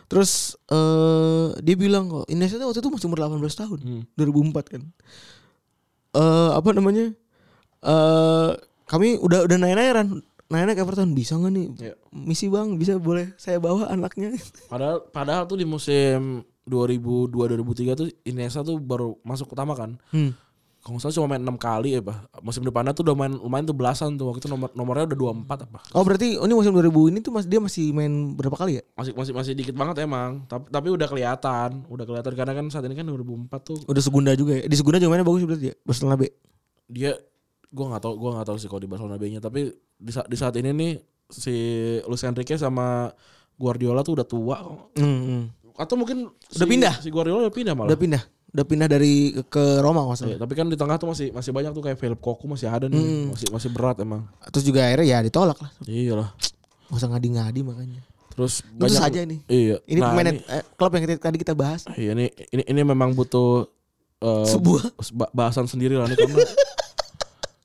S3: Terus eh dia bilang kok Iniesta tuh waktu itu masih umur 18 tahun,
S2: Hmm.
S3: 2004 kan. Eh apa namanya? Eh kami udah udah nanya-nanya Ran. Nanya-nanya ke Everton bisa nggak nih?
S2: Iya.
S3: Misi Bang, bisa boleh saya bawa anaknya?
S2: Padahal padahal tuh di musim 2002 2003 tuh Iniesta tuh baru masuk utama kan.
S3: Hmm.
S2: Kalau nggak salah cuma main 6 kali ya, Pak. Musim depannya tuh udah main lumayan tuh belasan tuh. Waktu itu nomor nomornya udah 24 apa.
S3: Oh berarti ini musim 2000 ini tuh mas dia masih main berapa kali ya?
S2: Masih masih masih dikit banget emang. Tapi tapi udah kelihatan, udah kelihatan karena kan saat ini kan 2004 tuh
S3: Udah Segunda juga ya. Di Segunda juga mainnya bagus berarti ya. Barcelona B.
S2: dia gua nggak tahu gua nggak tahu sih kalau di Barcelona B-nya, tapi di, sa- di saat ini nih si Luis Enrique sama Guardiola tuh udah tua kok.
S3: Hmm, hmm.
S2: atau mungkin
S3: Udah pindah?
S2: si Guardiola udah pindah malah
S3: Udah pindah. Udah pindah dari ke- ke Roma kalau nggak salah.
S2: Iya, tapi kan di tengah tuh masih masih banyak tuh kayak Philip Koku masih ada nih
S3: Hmm.
S2: masih masih berat emang
S3: Terus juga akhirnya ya ditolak lah.
S2: iyalah
S3: Gak usah ngadi-ngadi makanya.
S2: terus
S3: Itu saja nih.
S2: iya
S3: Ini
S2: Nah,
S3: pemain
S2: ini,
S3: eh, klub yang tadi kita bahas.
S2: iya, ini ini ini memang butuh eh,
S3: Sebuah.
S2: ba- bahasan sendiri lah nih karena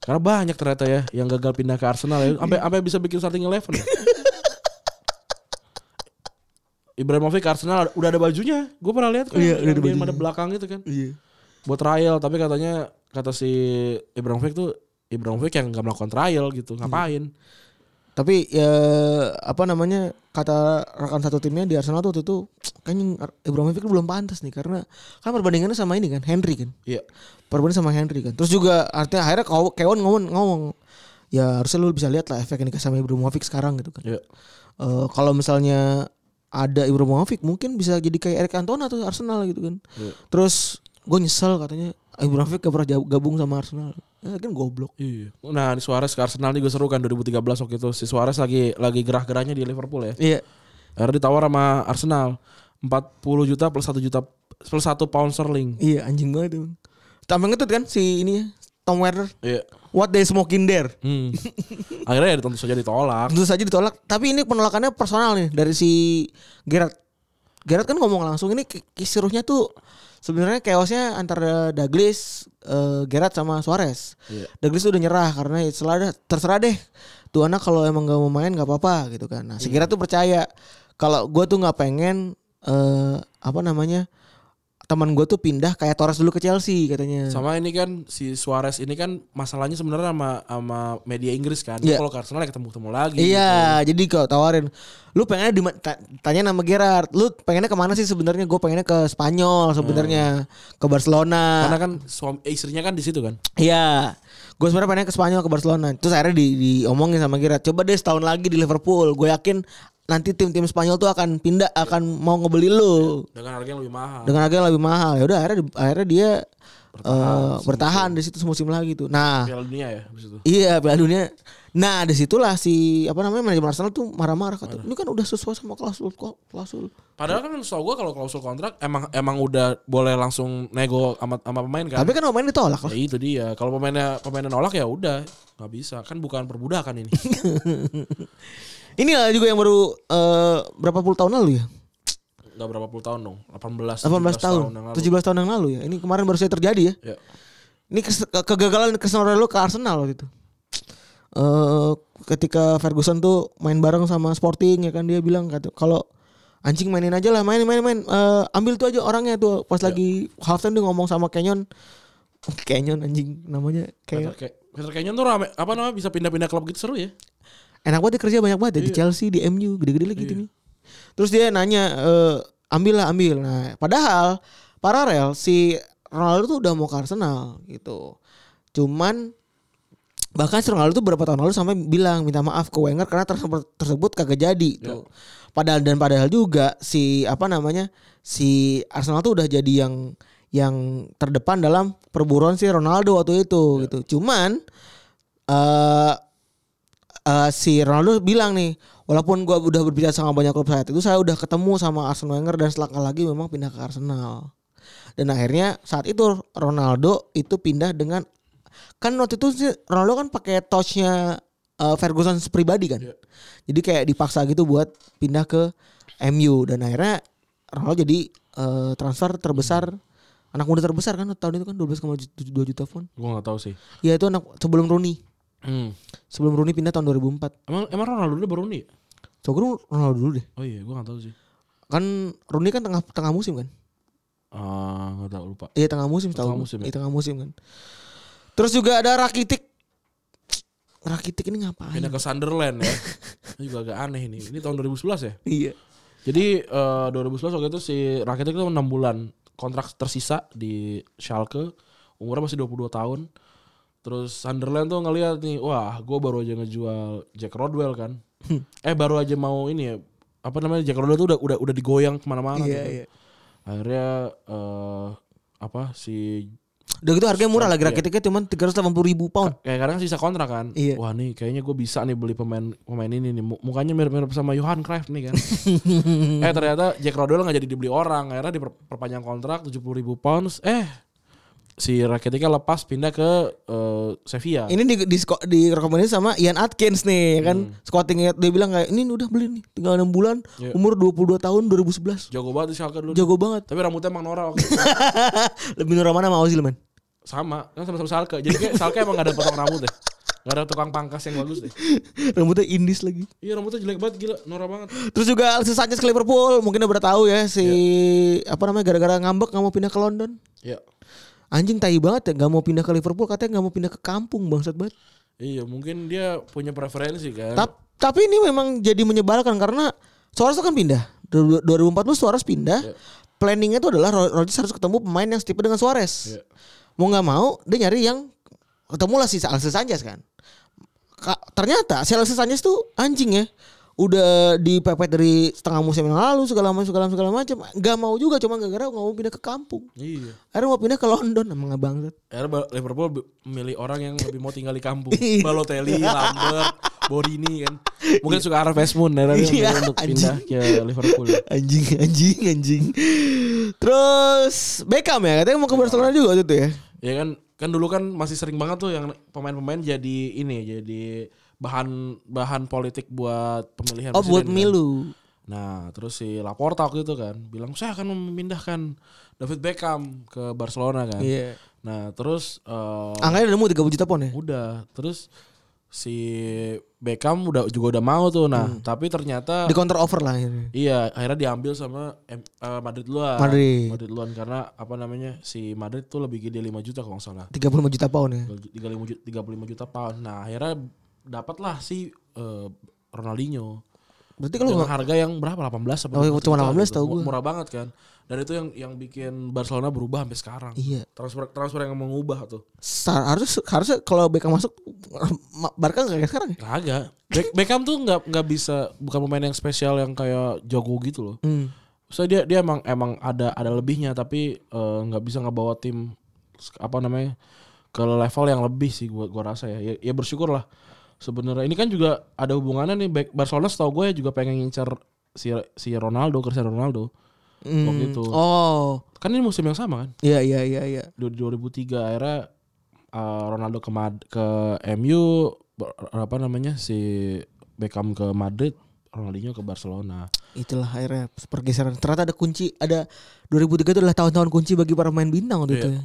S2: karena banyak ternyata ya yang gagal pindah ke Arsenal ya sampai sampai bisa bikin starting eleven ya. Ibrahimovic ke Arsenal udah ada bajunya gue pernah lihat kan
S3: Iya, udah ada
S2: yang
S3: bajunya.
S2: ada belakang itu kan
S3: Iya.
S2: buat trial tapi katanya kata si Ibrahimovic tuh Ibrahimovic yang nggak melakukan trial gitu
S3: Hmm.
S2: ngapain
S3: Tapi ya apa namanya kata rekan satu timnya di Arsenal tuh waktu itu kayaknya Ibrahimovic belum pantas nih karena kan perbandingannya sama ini kan Henry kan.
S2: iya
S3: Perbandingan sama Henry kan. Terus juga artinya akhirnya Kau- Kewan ngomong ngomong ya harusnya lu bisa lihat lah efek yang dikasih sama Ibrahimovic sekarang gitu kan.
S2: iya
S3: Eh, kalau misalnya ada Ibrahimovic mungkin bisa jadi kayak Eric Cantona tuh Arsenal gitu kan.
S2: Iya.
S3: Terus gue nyesel katanya Ibrahimovic gak pernah jab- gabung sama Arsenal. Ya, kan goblok.
S2: iya nah di Suarez ke Arsenal nih gue seru kan 2013 waktu itu si Suarez lagi lagi gerah-gerahnya di Liverpool ya
S3: Iya.
S2: akhirnya ditawar sama Arsenal 40 juta plus 1 juta plus 1 pound sterling
S3: Iya anjing banget emang. Tambah ngetut kan si ini ya, Tom Werner.
S2: iya
S3: What they smoking there?
S2: Hmm. Akhirnya ya tentu saja ditolak.
S3: Tentu saja ditolak. Tapi ini penolakannya personal nih dari si Gerard. Gerard kan ngomong langsung ini ki- kisruhnya tuh sebenarnya chaosnya antara Douglas, eh, Gerard sama Suarez.
S2: Iya.
S3: Douglas tuh udah nyerah karena ya terserah deh- terserah deh. Tuh anak kalau emang gak mau main gak apa-apa gitu kan.
S2: Iya.
S3: Nah, si Gerard tuh percaya kalau gue tuh nggak pengen eh apa namanya teman gue tuh pindah kayak Torres dulu ke Chelsea katanya.
S2: Sama ini kan si Suarez ini kan masalahnya sebenarnya sama sama media Inggris kan. Dia
S3: Iya.
S2: Kalau ke Arsenal ya ketemu-ketemu lagi.
S3: Iya, jadi kau tawarin, lu pengennya di ma- ta- tanya nama Gerard, lu pengennya kemana sih sebenarnya? Gue pengennya ke Spanyol sebenarnya, ke Barcelona.
S2: Karena kan suami eh, istrinya kan di situ kan.
S3: Iya, gue sebenarnya pengennya ke Spanyol ke Barcelona. Terus akhirnya di, diomongin sama Gerard, coba deh setahun lagi di Liverpool. Gue yakin nanti tim-tim Spanyol tuh akan pindah, akan mau ngebeli lu
S2: Dengan harga yang kan lebih mahal.
S3: dengan harga yang lebih mahal. Ya udah, akhirnya di- akhirnya dia bertahan, bertahan di situ semusim lagi tuh. Nah,
S2: Piala dunia ya habis itu.
S3: Iya Piala Dunia. Nah disitulah si apa namanya manajemen Arsenal tuh marah-marah kata ini kan udah sesuai sama klausul ko- klausul.
S2: Padahal kan
S3: Iya.
S2: setahu gua kalau klausul kontrak emang emang udah boleh langsung nego sama sama pemain kan.
S3: Tapi kan pemain ditolak lah.
S2: Ya itu dia. Kalau pemainnya pemainnya nolak ya udah nggak bisa. Kan bukan perbudakan ini.
S3: Ini lah juga yang baru eh, berapa puluh tahun lalu ya?
S2: Nggak berapa puluh tahun dong. 18
S3: 18 tahun, 17 tahun yang lalu ya. Ini kemarin baru saja terjadi ya.
S2: Ya.
S3: Ini kes- ke- kegagalan Cristiano Ronaldo ke Arsenal waktu itu. Eh ketika Ferguson tuh main bareng sama Sporting ya kan dia bilang kata kalau anjing mainin aja lah main main main Eh, ambil tuh aja orangnya tuh pas lagi halftime dia ngomong sama Kenyon Kenyon anjing namanya Kenyon
S2: Peter, Ke- Peter Kenyon tuh rame, apa namanya bisa pindah-pindah klub gitu seru ya.
S3: enak banget dia kerja banyak banget ya di Chelsea di MU gede-gede lagi gitu nih terus dia nanya eh ambil lah ambil nah padahal paralel si Ronaldo tuh udah mau ke Arsenal gitu cuman bahkan si Ronaldo tuh berapa tahun lalu sampai bilang minta maaf ke Wenger karena tersebut, tersebut kagak jadi tuh padahal dan padahal juga si apa namanya si Arsenal tuh udah jadi yang yang terdepan dalam perburuan si Ronaldo waktu itu gitu cuman eh eh, si Ronaldo bilang nih, walaupun gua udah berbicara sama banyak klub saat itu, saya udah ketemu sama Arsenal Wenger dan selangkah lagi memang pindah ke Arsenal. Dan akhirnya saat itu Ronaldo itu pindah dengan kan waktu itu sih Ronaldo kan pakai touchnya eh, Ferguson pribadi kan. Jadi kayak dipaksa gitu buat pindah ke MU dan akhirnya Ronaldo jadi eh, transfer terbesar anak muda terbesar kan tahun itu kan 12,2 juta pound.
S2: Gua nggak tahu sih.
S3: Ya itu anak sebelum Rooney.
S2: Hmm.
S3: Sebelum Rooney pindah tahun 2004.
S2: Emang emang Ronaldo dulu baru nih. ya?
S3: Cogro Ronaldo dulu deh.
S2: Oh iya, gua nggak tahu sih.
S3: Kan Rooney kan tengah tengah musim kan?
S2: Ah, nggak tahu lupa.
S3: Iya tengah musim tahu.
S2: Tengah musim ya.
S3: Iya tengah musim kan. Terus juga ada Rakitic. Rakitic ini ngapain?
S2: Pindah ke Sunderland ya. Ini juga agak aneh ini. Ini tahun 2011 ya.
S3: Iya.
S2: Jadi eh, 2011 waktu itu si Rakitic itu 6 bulan kontrak tersisa di Schalke. Umurnya masih 22 tahun. Terus Sunderland tuh ngeliat nih, wah gue baru aja ngejual Jack Rodwell kan. eh baru aja mau ini ya, apa namanya Jack Rodwell tuh udah udah udah digoyang kemana-mana.
S3: Iya,
S2: tuh.
S3: iya.
S2: Akhirnya eh apa si
S3: Udah gitu harganya murah
S2: Iya.
S3: lagi Rakiticnya cuma 380 ribu pound.
S2: kayak kadang sisa kontrak kan.
S3: Iya.
S2: Wah nih kayaknya gue bisa nih beli pemain pemain ini nih. Mu- Mukanya mirip-mirip sama Johan Cruyff nih kan. eh ternyata Jack Rodwell nggak jadi dibeli orang. Akhirnya diperpanjang kontrak 70 ribu pounds. Eh si Rakitica lepas pindah ke eh, Sevilla.
S3: Ini di di, sko- direkomendasi sama Ian Atkins nih ya kan.
S2: Hmm.
S3: Squattingnya dia bilang kayak ini udah beli nih tinggal 6 bulan
S2: Iya.
S3: umur 22 tahun 2011.
S2: Jago banget di Schalke dulu.
S3: Jago banget.
S2: Tapi rambutnya emang norak. waktu itu.
S3: Lebih murah mana sama Ozil man?
S2: sama kan sama-sama Schalke. Jadi kayak Schalke emang gak ada potong rambut deh. Gak ada tukang pangkas yang bagus deh.
S3: Rambutnya indis lagi.
S2: Iya rambutnya jelek banget gila, norak banget.
S3: Terus juga Alexis Sanchez ke Liverpool, mungkin udah pada tahu ya si apa namanya gara-gara ngambek nggak mau pindah ke London.
S2: Iya.
S3: Anjing tai banget ya nggak mau pindah ke Liverpool, katanya nggak mau pindah ke kampung bangsat banget.
S2: Iya, mungkin dia punya preferensi kan.
S3: Tap- tapi ini memang jadi menyebalkan karena Suarez tuh kan pindah. Du- 2014 Suarez pindah. Planningnya itu adalah Ro- Rodgers harus ketemu pemain yang setipe dengan Suarez.
S2: Iya.
S3: Mau nggak mau dia nyari yang ketemulah si Alexis Sanchez kan. Ka- ternyata si Alexis Sanchez tuh anjing ya. Udah dipepet dari setengah musim yang lalu segala macam segala segala macam. Gak mau juga cuma gara-gara nggak mau pindah ke kampung.
S2: Iya.
S3: Akhirnya mau pindah ke London emang nggak bangsat.
S2: Akhirnya Ba- Liverpool be- milih orang yang lebih mau tinggal di kampung.
S3: Iya.
S2: Balotelli, Lambert, Borini kan. Mungkin suka Araf Esmun akhirnya dia
S3: Iya,
S2: milih untuk
S3: anjing.
S2: pindah ke Liverpool.
S3: Anjing, anjing, anjing. Terus Beckham ya katanya mau ke Barcelona juga waktu itu ya.
S2: Ya kan Kan dulu kan masih sering banget tuh yang pemain-pemain jadi ini jadi bahan bahan politik buat pemilihan
S3: Oh buat
S2: presiden, kan.
S3: milu.
S2: Nah, terus si Laporta waktu itu kan bilang saya akan memindahkan David Beckham ke Barcelona kan.
S3: Iya.
S2: Nah, terus eh,
S3: Angkanya udah mau 30 juta pon ya?
S2: udah terus si Beckham udah juga udah mau tuh. Nah,
S3: Hmm.
S2: tapi ternyata
S3: Di counter over lah ini.
S2: iya akhirnya diambil sama M- eh, Madrid duluan.
S3: Madrid.
S2: duluan karena apa namanya? Si Madrid tuh lebih gede 5 juta kalau nggak salah.
S3: 35 juta pound ya.
S2: 35 juta, 35 juta pound. Nah, akhirnya dapatlah si eh, Ronaldinho.
S3: Berarti kalau
S2: Dengan
S3: nggak-
S2: harga yang berapa? 18 apa?
S3: Oh,
S2: 20
S3: cuma
S2: juta
S3: 18
S2: gitu.
S3: tahu
S2: Mu-
S3: gua.
S2: Murah banget kan. Dan itu yang yang bikin Barcelona berubah sampai sekarang.
S3: iya.
S2: Transfer transfer yang mengubah tuh.
S3: Sa- harus harusnya kalau Beckham masuk Ma- Barca nggak kayak sekarang ya?
S2: Kagak. Be- Beckham tuh nggak nggak bisa bukan pemain yang spesial yang kayak jago gitu loh.
S3: Hmm.
S2: So dia dia emang emang ada ada lebihnya tapi eh, nggak bisa ngebawa tim s- apa namanya ke level yang lebih sih gua gua rasa ya. Ya, ya bersyukur lah. Sebenarnya ini kan juga ada hubungannya nih Be- Barcelona setahu gue juga pengen ngincer si si Ronaldo Cristiano Ronaldo.
S3: Hmm.
S2: Waktu itu.
S3: Oh.
S2: Kan ini musim yang sama kan?
S3: Iya iya iya iya.
S2: Dua- 2003 akhirnya uh, Ronaldo ke Mad- ke MU ber- apa namanya si Beckham ke Madrid Ronaldinho ke Barcelona
S3: Itulah akhirnya pergeseran. Ternyata ada kunci, ada 2003 itu adalah tahun-tahun kunci bagi para pemain bintang
S2: Iya.
S3: waktu itu. ya.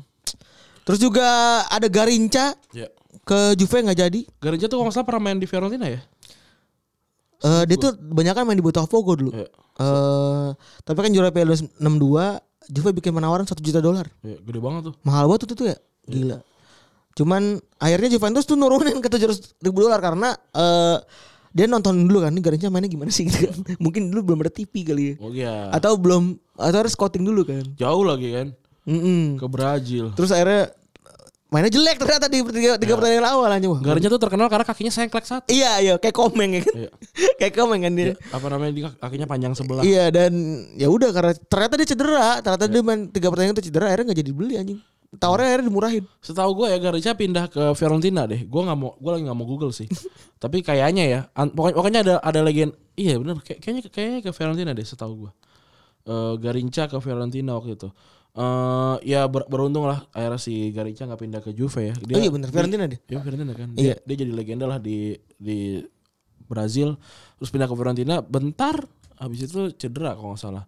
S3: Terus juga ada Garinca
S2: ya
S3: ke Juve nggak jadi.
S2: Garinca tuh kalau nggak salah pernah main di Fiorentina ya
S3: Eh dia tuh banyak kan main di Botafogo dulu. Eh
S2: Iya.
S3: tapi kan juara Piala 62 Juve bikin penawaran 1 juta dolar.
S2: Iya, gede banget tuh
S3: Mahal banget itu tuh
S2: Iya.
S3: ya. Gila. Cuman akhirnya Juventus tuh nurunin ke 700 ribu dolar karena eh dia nonton dulu kan ini Garinca mainnya gimana sih gitu kan. Mungkin dulu belum ada TV kali ya.
S2: oh iya
S3: Atau belum atau harus scouting dulu kan.
S2: jauh lagi kan
S3: Mm-mm.
S2: ke Brazil
S3: Terus akhirnya mainnya jelek ternyata di
S2: Iya.
S3: tiga, tiga pertandingan awal anjing. Wah,
S2: Garinca tuh terkenal karena kakinya sengklek satu
S3: Iya, iya kayak komeng ya kan.
S2: Iya.
S3: kayak komeng kan dia.
S2: apa namanya dia kakinya panjang sebelah
S3: Iya dan ya udah karena ternyata dia cedera, ternyata
S2: Ya.
S3: dia main tiga pertandingan itu cedera akhirnya nggak jadi beli anjing. Tawarnya akhirnya dimurahin.
S2: Setahu gue ya Garinca pindah ke Fiorentina deh. Gue nggak mau, gue lagi nggak mau Google sih. Tapi kayaknya ya, an- pokoknya, pokoknya ada ada legend. Iya bener, kayak- kayaknya kayaknya ke Fiorentina deh setahu gue. Eh Garinca ke Fiorentina waktu itu. Eh ya ber- beruntung lah akhirnya si Garinca nggak pindah ke Juve ya. Dia,
S3: oh iya bener Fiorentina dia.
S2: Iya Fiorentina kan.
S3: Iya.
S2: Dia, dia jadi legenda lah di di Brazil. Terus pindah ke Fiorentina bentar habis itu cedera kalau nggak salah.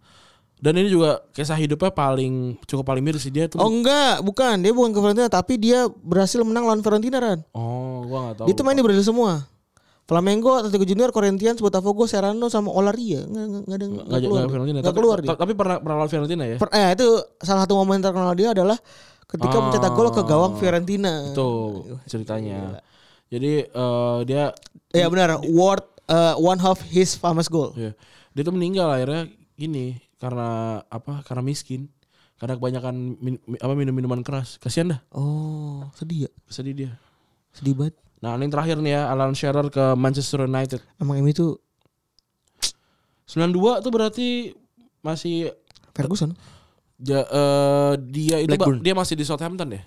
S2: Dan ini juga kisah hidupnya paling cukup paling miris sih dia tuh.
S3: Oh enggak, bukan. Dia bukan ke Fiorentina tapi dia berhasil menang lawan Fiorentina kan.
S2: Oh, gua nggak tahu.
S3: Dia tuh main di Brazil semua. Flamengo, Atletico Junior, Corinthians, Botafogo, Serrano sama Olaria. Enggak enggak enggak
S2: Nggak
S3: ada enggak
S2: nggak
S3: keluar.
S2: Fiorentina.
S3: Enggak
S2: Tapi-
S3: keluar
S2: ta-
S3: dia.
S2: Tapi pernah pernah lawan Fiorentina ya.
S3: Per- eh itu salah satu momen terkenal dia adalah ketika
S2: Ah.
S3: mencetak gol ke gawang Fiorentina.
S2: Itu ceritanya. Jadi eh, dia
S3: Ya benar, Ward eh, one of his famous goal.
S2: ya, dia tuh meninggal akhirnya ini karena apa? Karena miskin. Karena kebanyakan min- mi- apa minum-minuman keras. Kasihan dah,
S3: Oh, sedih ya.
S2: sedih dia.
S3: Sedih banget.
S2: Nah, ini yang terakhir nih ya, Alan Shearer ke Manchester United.
S3: Emang Emi tuh
S2: 92 tuh berarti masih
S3: Ferguson.
S2: ja- eh, dia itu ba-
S3: Blackburn.
S2: dia masih di Southampton ya?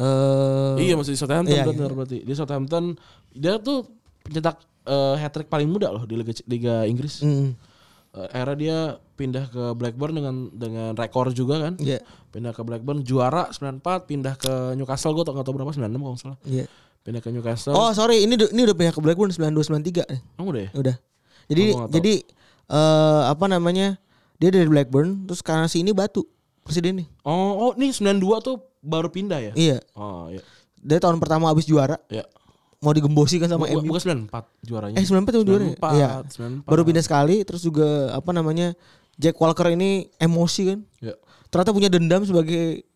S3: Eh
S2: Iya, masih di Southampton
S3: Iya, iya,
S2: benar berarti. Di Southampton dia tuh pencetak eh, hat-trick paling muda loh di Liga Liga Inggris.
S3: mm,
S2: Eh, era dia pindah ke Blackburn dengan dengan rekor juga kan.
S3: Iya.
S2: Pindah ke Blackburn juara 94, pindah ke Newcastle gue tau nggak tau berapa 96 kalau nggak salah.
S3: Iya.
S2: Pindah ke Newcastle.
S3: Oh, sorry, ini du- ini udah pindah ke Blackburn 9293 nih.
S2: Emang udah ya?
S3: Udah. Jadi
S2: Oh, gua nggak tahu.
S3: jadi eh apa namanya? Dia dari Blackburn terus karena si ini batu presiden nih.
S2: Oh, oh nih 92 tuh baru pindah ya?
S3: Iya.
S2: Oh iya.
S3: Dia tahun pertama habis juara
S2: Ya.
S3: mau digembosi kan sama
S2: Bukan
S3: MU.
S2: 94 juaranya.
S3: Eh 94 tahun juara. ya?
S2: 94,
S3: Iya.
S2: 94.
S3: Baru pindah sekali terus juga apa namanya? Jack Walker ini emosi kan.
S2: Ya.
S3: ternyata punya dendam sebagai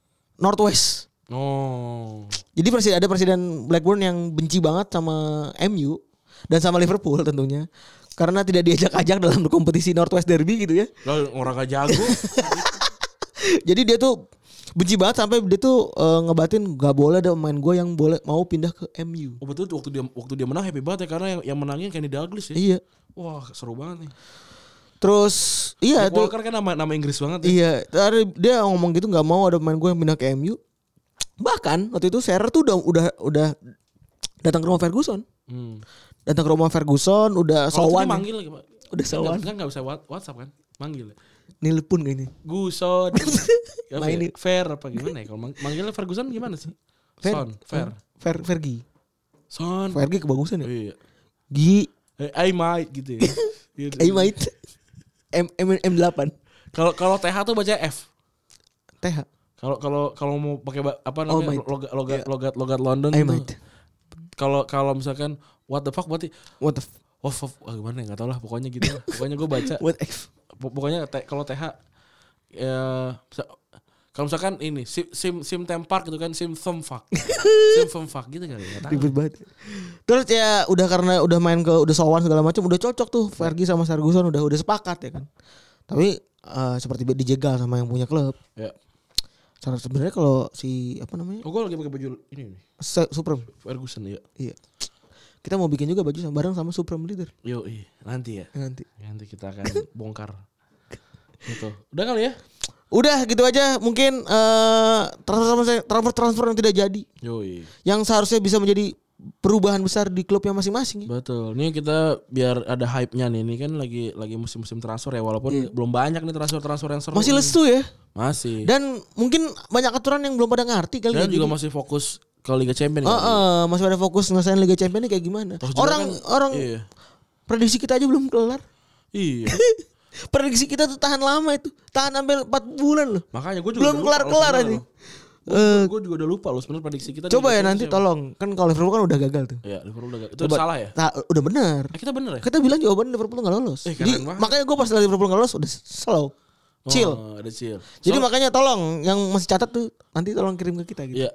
S3: Northwest.
S2: Oh.
S3: Jadi presiden ada presiden Blackburn yang benci banget sama MU dan sama Liverpool tentunya karena tidak diajak-ajak dalam kompetisi Northwest Derby gitu ya.
S2: Lah orang gak jago.
S3: Jadi dia tuh benci banget sampai dia tuh eh, ngebatin gak boleh ada pemain gue yang boleh mau pindah ke MU.
S2: oh betul tuh, waktu dia waktu dia menang happy banget ya karena yang, yang menangnya Kenny Dalglish ya.
S3: Iya.
S2: Wah, seru banget nih.
S3: Terus iya
S2: Jack
S3: tuh
S2: Walker kan nama nama Inggris banget ya.
S3: iya tadi dia ngomong gitu nggak mau ada pemain gue yang pindah ke MU. Bahkan waktu itu Serrer tuh udah udah udah datang ke rumah Ferguson.
S2: Hmm.
S3: datang ke rumah Ferguson udah
S2: Kalau itu dia
S3: sowan ya.
S2: manggil lagi, Pak.
S3: udah sowan
S2: Kan nggak bisa wa- WhatsApp kan? Manggil. ya.
S3: nelpon kayaknya
S2: Guson. apa ya?
S3: Mainin.
S2: Fair apa gimana ya? Kalau mang- manggilnya Ferguson gimana sih? Son, Fer.
S3: Hmm? Fer Fergi.
S2: Son.
S3: Fergi kebagusan ya.
S2: Iya.
S3: Gi
S2: Eh, I might gitu. ya. Gitu.
S3: eh, mate. M M M8.
S2: Kalau kalau TH tuh baca F.
S3: TH.
S2: Kalau kalau kalau mau pakai ba- apa
S3: Oh,
S2: namanya
S3: might.
S2: logat logat logat logat London
S3: I
S2: tuh,
S3: might.
S2: Kalau kalau misalkan what the fuck berarti
S3: What the f-
S2: Wah, wah, wah, gimana ya? Gak tau lah. Pokoknya gitu. lah. Pokoknya gue baca.
S3: What F?
S2: Po- Pokoknya te- kalau TH, ya, bisa- kalau misalkan ini sim sim sim tempark gitu kan sim thumbfuck sim thumbfuck gitu kali ya. Gak tahu.
S3: Ribet banget. Terus ya udah karena udah main ke udah sowan segala macam udah cocok tuh Fergie sama Sarguson udah udah sepakat ya kan. Tapi eh, seperti dijegal sama yang punya klub.
S2: Ya.
S3: Cara sebenarnya kalau si apa namanya?
S2: Oh, gue lagi pakai baju ini nih.
S3: Se- Supreme.
S2: Ferguson ya.
S3: Iya. Kita mau bikin juga baju sama bareng sama Supreme Leader
S2: Yo, nanti ya.
S3: nanti.
S2: Nanti kita akan bongkar. Gitu. Udah kali ya?
S3: Udah gitu aja mungkin eh transfer transfer transfer yang tidak jadi
S2: Yoi.
S3: yang seharusnya bisa menjadi perubahan besar di klubnya masing-masing. ya.
S2: Betul. Ini kita biar ada hype-nya nih. Ini kan lagi lagi musim-musim transfer ya walaupun belum banyak nih transfer-transfer yang seru.
S3: Iya. Masih
S2: nih.
S3: lesu ya.
S2: Masih. Dan,
S3: Dan mungkin banyak aturan yang belum pada ngerti kali ya.
S2: juga masih fokus ke Liga Champions.
S3: Heeh,
S2: kali.
S3: masih pada fokus ngerasain Liga Champions ini kayak gimana.
S2: Terus juga
S3: Orang
S2: kan-
S3: orang
S2: Iya.
S3: prediksi kita aja belum kelar.
S2: Iya.
S3: prediksi kita tuh tahan lama itu. Tahan sampai 4 bulan loh.
S2: Makanya gue juga
S3: Belum
S2: udah lupa loh
S3: kelar-kelar
S2: sebenarnya
S3: aja.
S2: loh.
S3: Eh,
S2: Gue juga udah lupa loh sebenarnya prediksi kita.
S3: coba
S2: di
S3: ya
S2: Liga
S3: nanti
S2: Champions
S3: tolong. Kan kalau Liverpool kan udah gagal tuh.
S2: siapa. Ya, Liverpool udah itu
S3: Coba-
S2: salah ya.
S3: Nah, udah bener.
S2: Eh, kita bener ya?
S3: Kita bilang jawaban Liverpool nggak lolos.
S2: Eh, keren
S3: Jadi
S2: banget.
S3: makanya gue pas lihat Liverpool nggak lolos udah slow,
S2: Oh,
S3: chill.
S2: ada chill.
S3: Jadi makanya tolong yang masih catat tuh nanti tolong kirim ke kita gitu.
S2: Iya.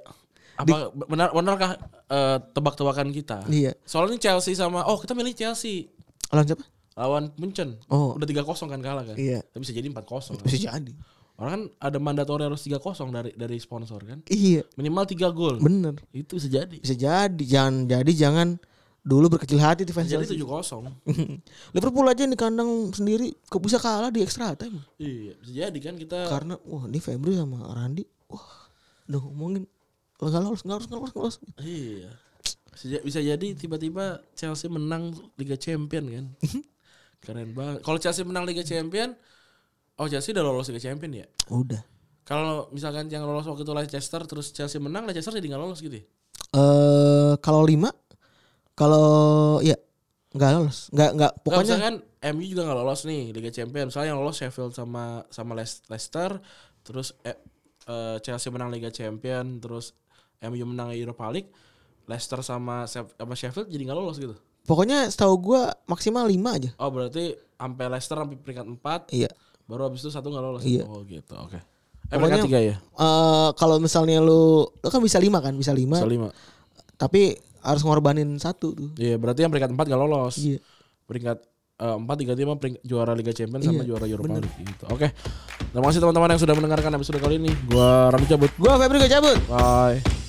S2: Apa benar benarkah eh, tebak-tebakan kita?
S3: Iya.
S2: Soalnya Chelsea sama oh kita milih Chelsea
S3: Lawan siapa?
S2: lawan Munchen.
S3: Oh.
S2: Udah 3-0 kan kalah kan?
S3: Iya.
S2: Tapi bisa jadi 4-0. Kan?
S3: Bisa jadi.
S2: Orang kan ada mandatori harus 3-0 dari dari sponsor kan?
S3: Iya,
S2: Minimal 3 gol.
S3: bener.
S2: Itu bisa jadi.
S3: Bisa jadi. Jangan jadi jangan dulu berkecil hati di fans
S2: Jadi
S3: Chelsea.
S2: 7-0.
S3: Liverpool aja yang di kandang sendiri kok bisa kalah di extra time.
S2: iya, bisa jadi kan kita
S3: Karena wah ini Febri sama Randi wah udah ngomongin nggak lolos nggak lolos nggak lolos nggak lolos.
S2: iya. Bisa, ja- bisa jadi tiba-tiba Chelsea menang Liga Champion kan? Keren banget. Kalau Chelsea menang Liga Champion, oh Chelsea udah lolos Liga Champion ya?
S3: Udah.
S2: Kalau misalkan yang lolos waktu itu Leicester terus Chelsea menang Leicester jadi nggak lolos gitu. ya?
S3: Eh kalau lima kalau ya nggak lolos nggak nggak
S2: Nggak,
S3: pokoknya
S2: misalkan MU juga nggak lolos nih Liga Champions. Misalnya yang lolos Sheffield sama sama Leis- Leicester terus eh, eh, Chelsea menang Liga Champions terus MU menang Europa League Leicester sama Shef- sama Sheffield jadi nggak lolos gitu.
S3: pokoknya setahu gua maksimal lima aja.
S2: Oh berarti sampai Leicester sampai peringkat 4
S3: Iya.
S2: baru habis itu satu nggak lolos.
S3: Iya.
S2: Oh gitu. Oke. Eh,
S3: Pokoknya-
S2: peringkat 3 ya.
S3: Eh kalau misalnya lu lu kan bisa lima kan bisa lima
S2: Bisa 5.
S3: tapi harus ngorbanin satu tuh.
S2: Iya, berarti yang peringkat 4 nggak lolos.
S3: Iya.
S2: peringkat eh, empat tiga lima peringkat juara Liga Champions sama
S3: Iya,
S2: juara Europa League gitu. Oke. Terima kasih teman-teman yang sudah mendengarkan episode kali ini. Gua Rami cabut.
S3: Gua Febri gua cabut.
S2: Bye.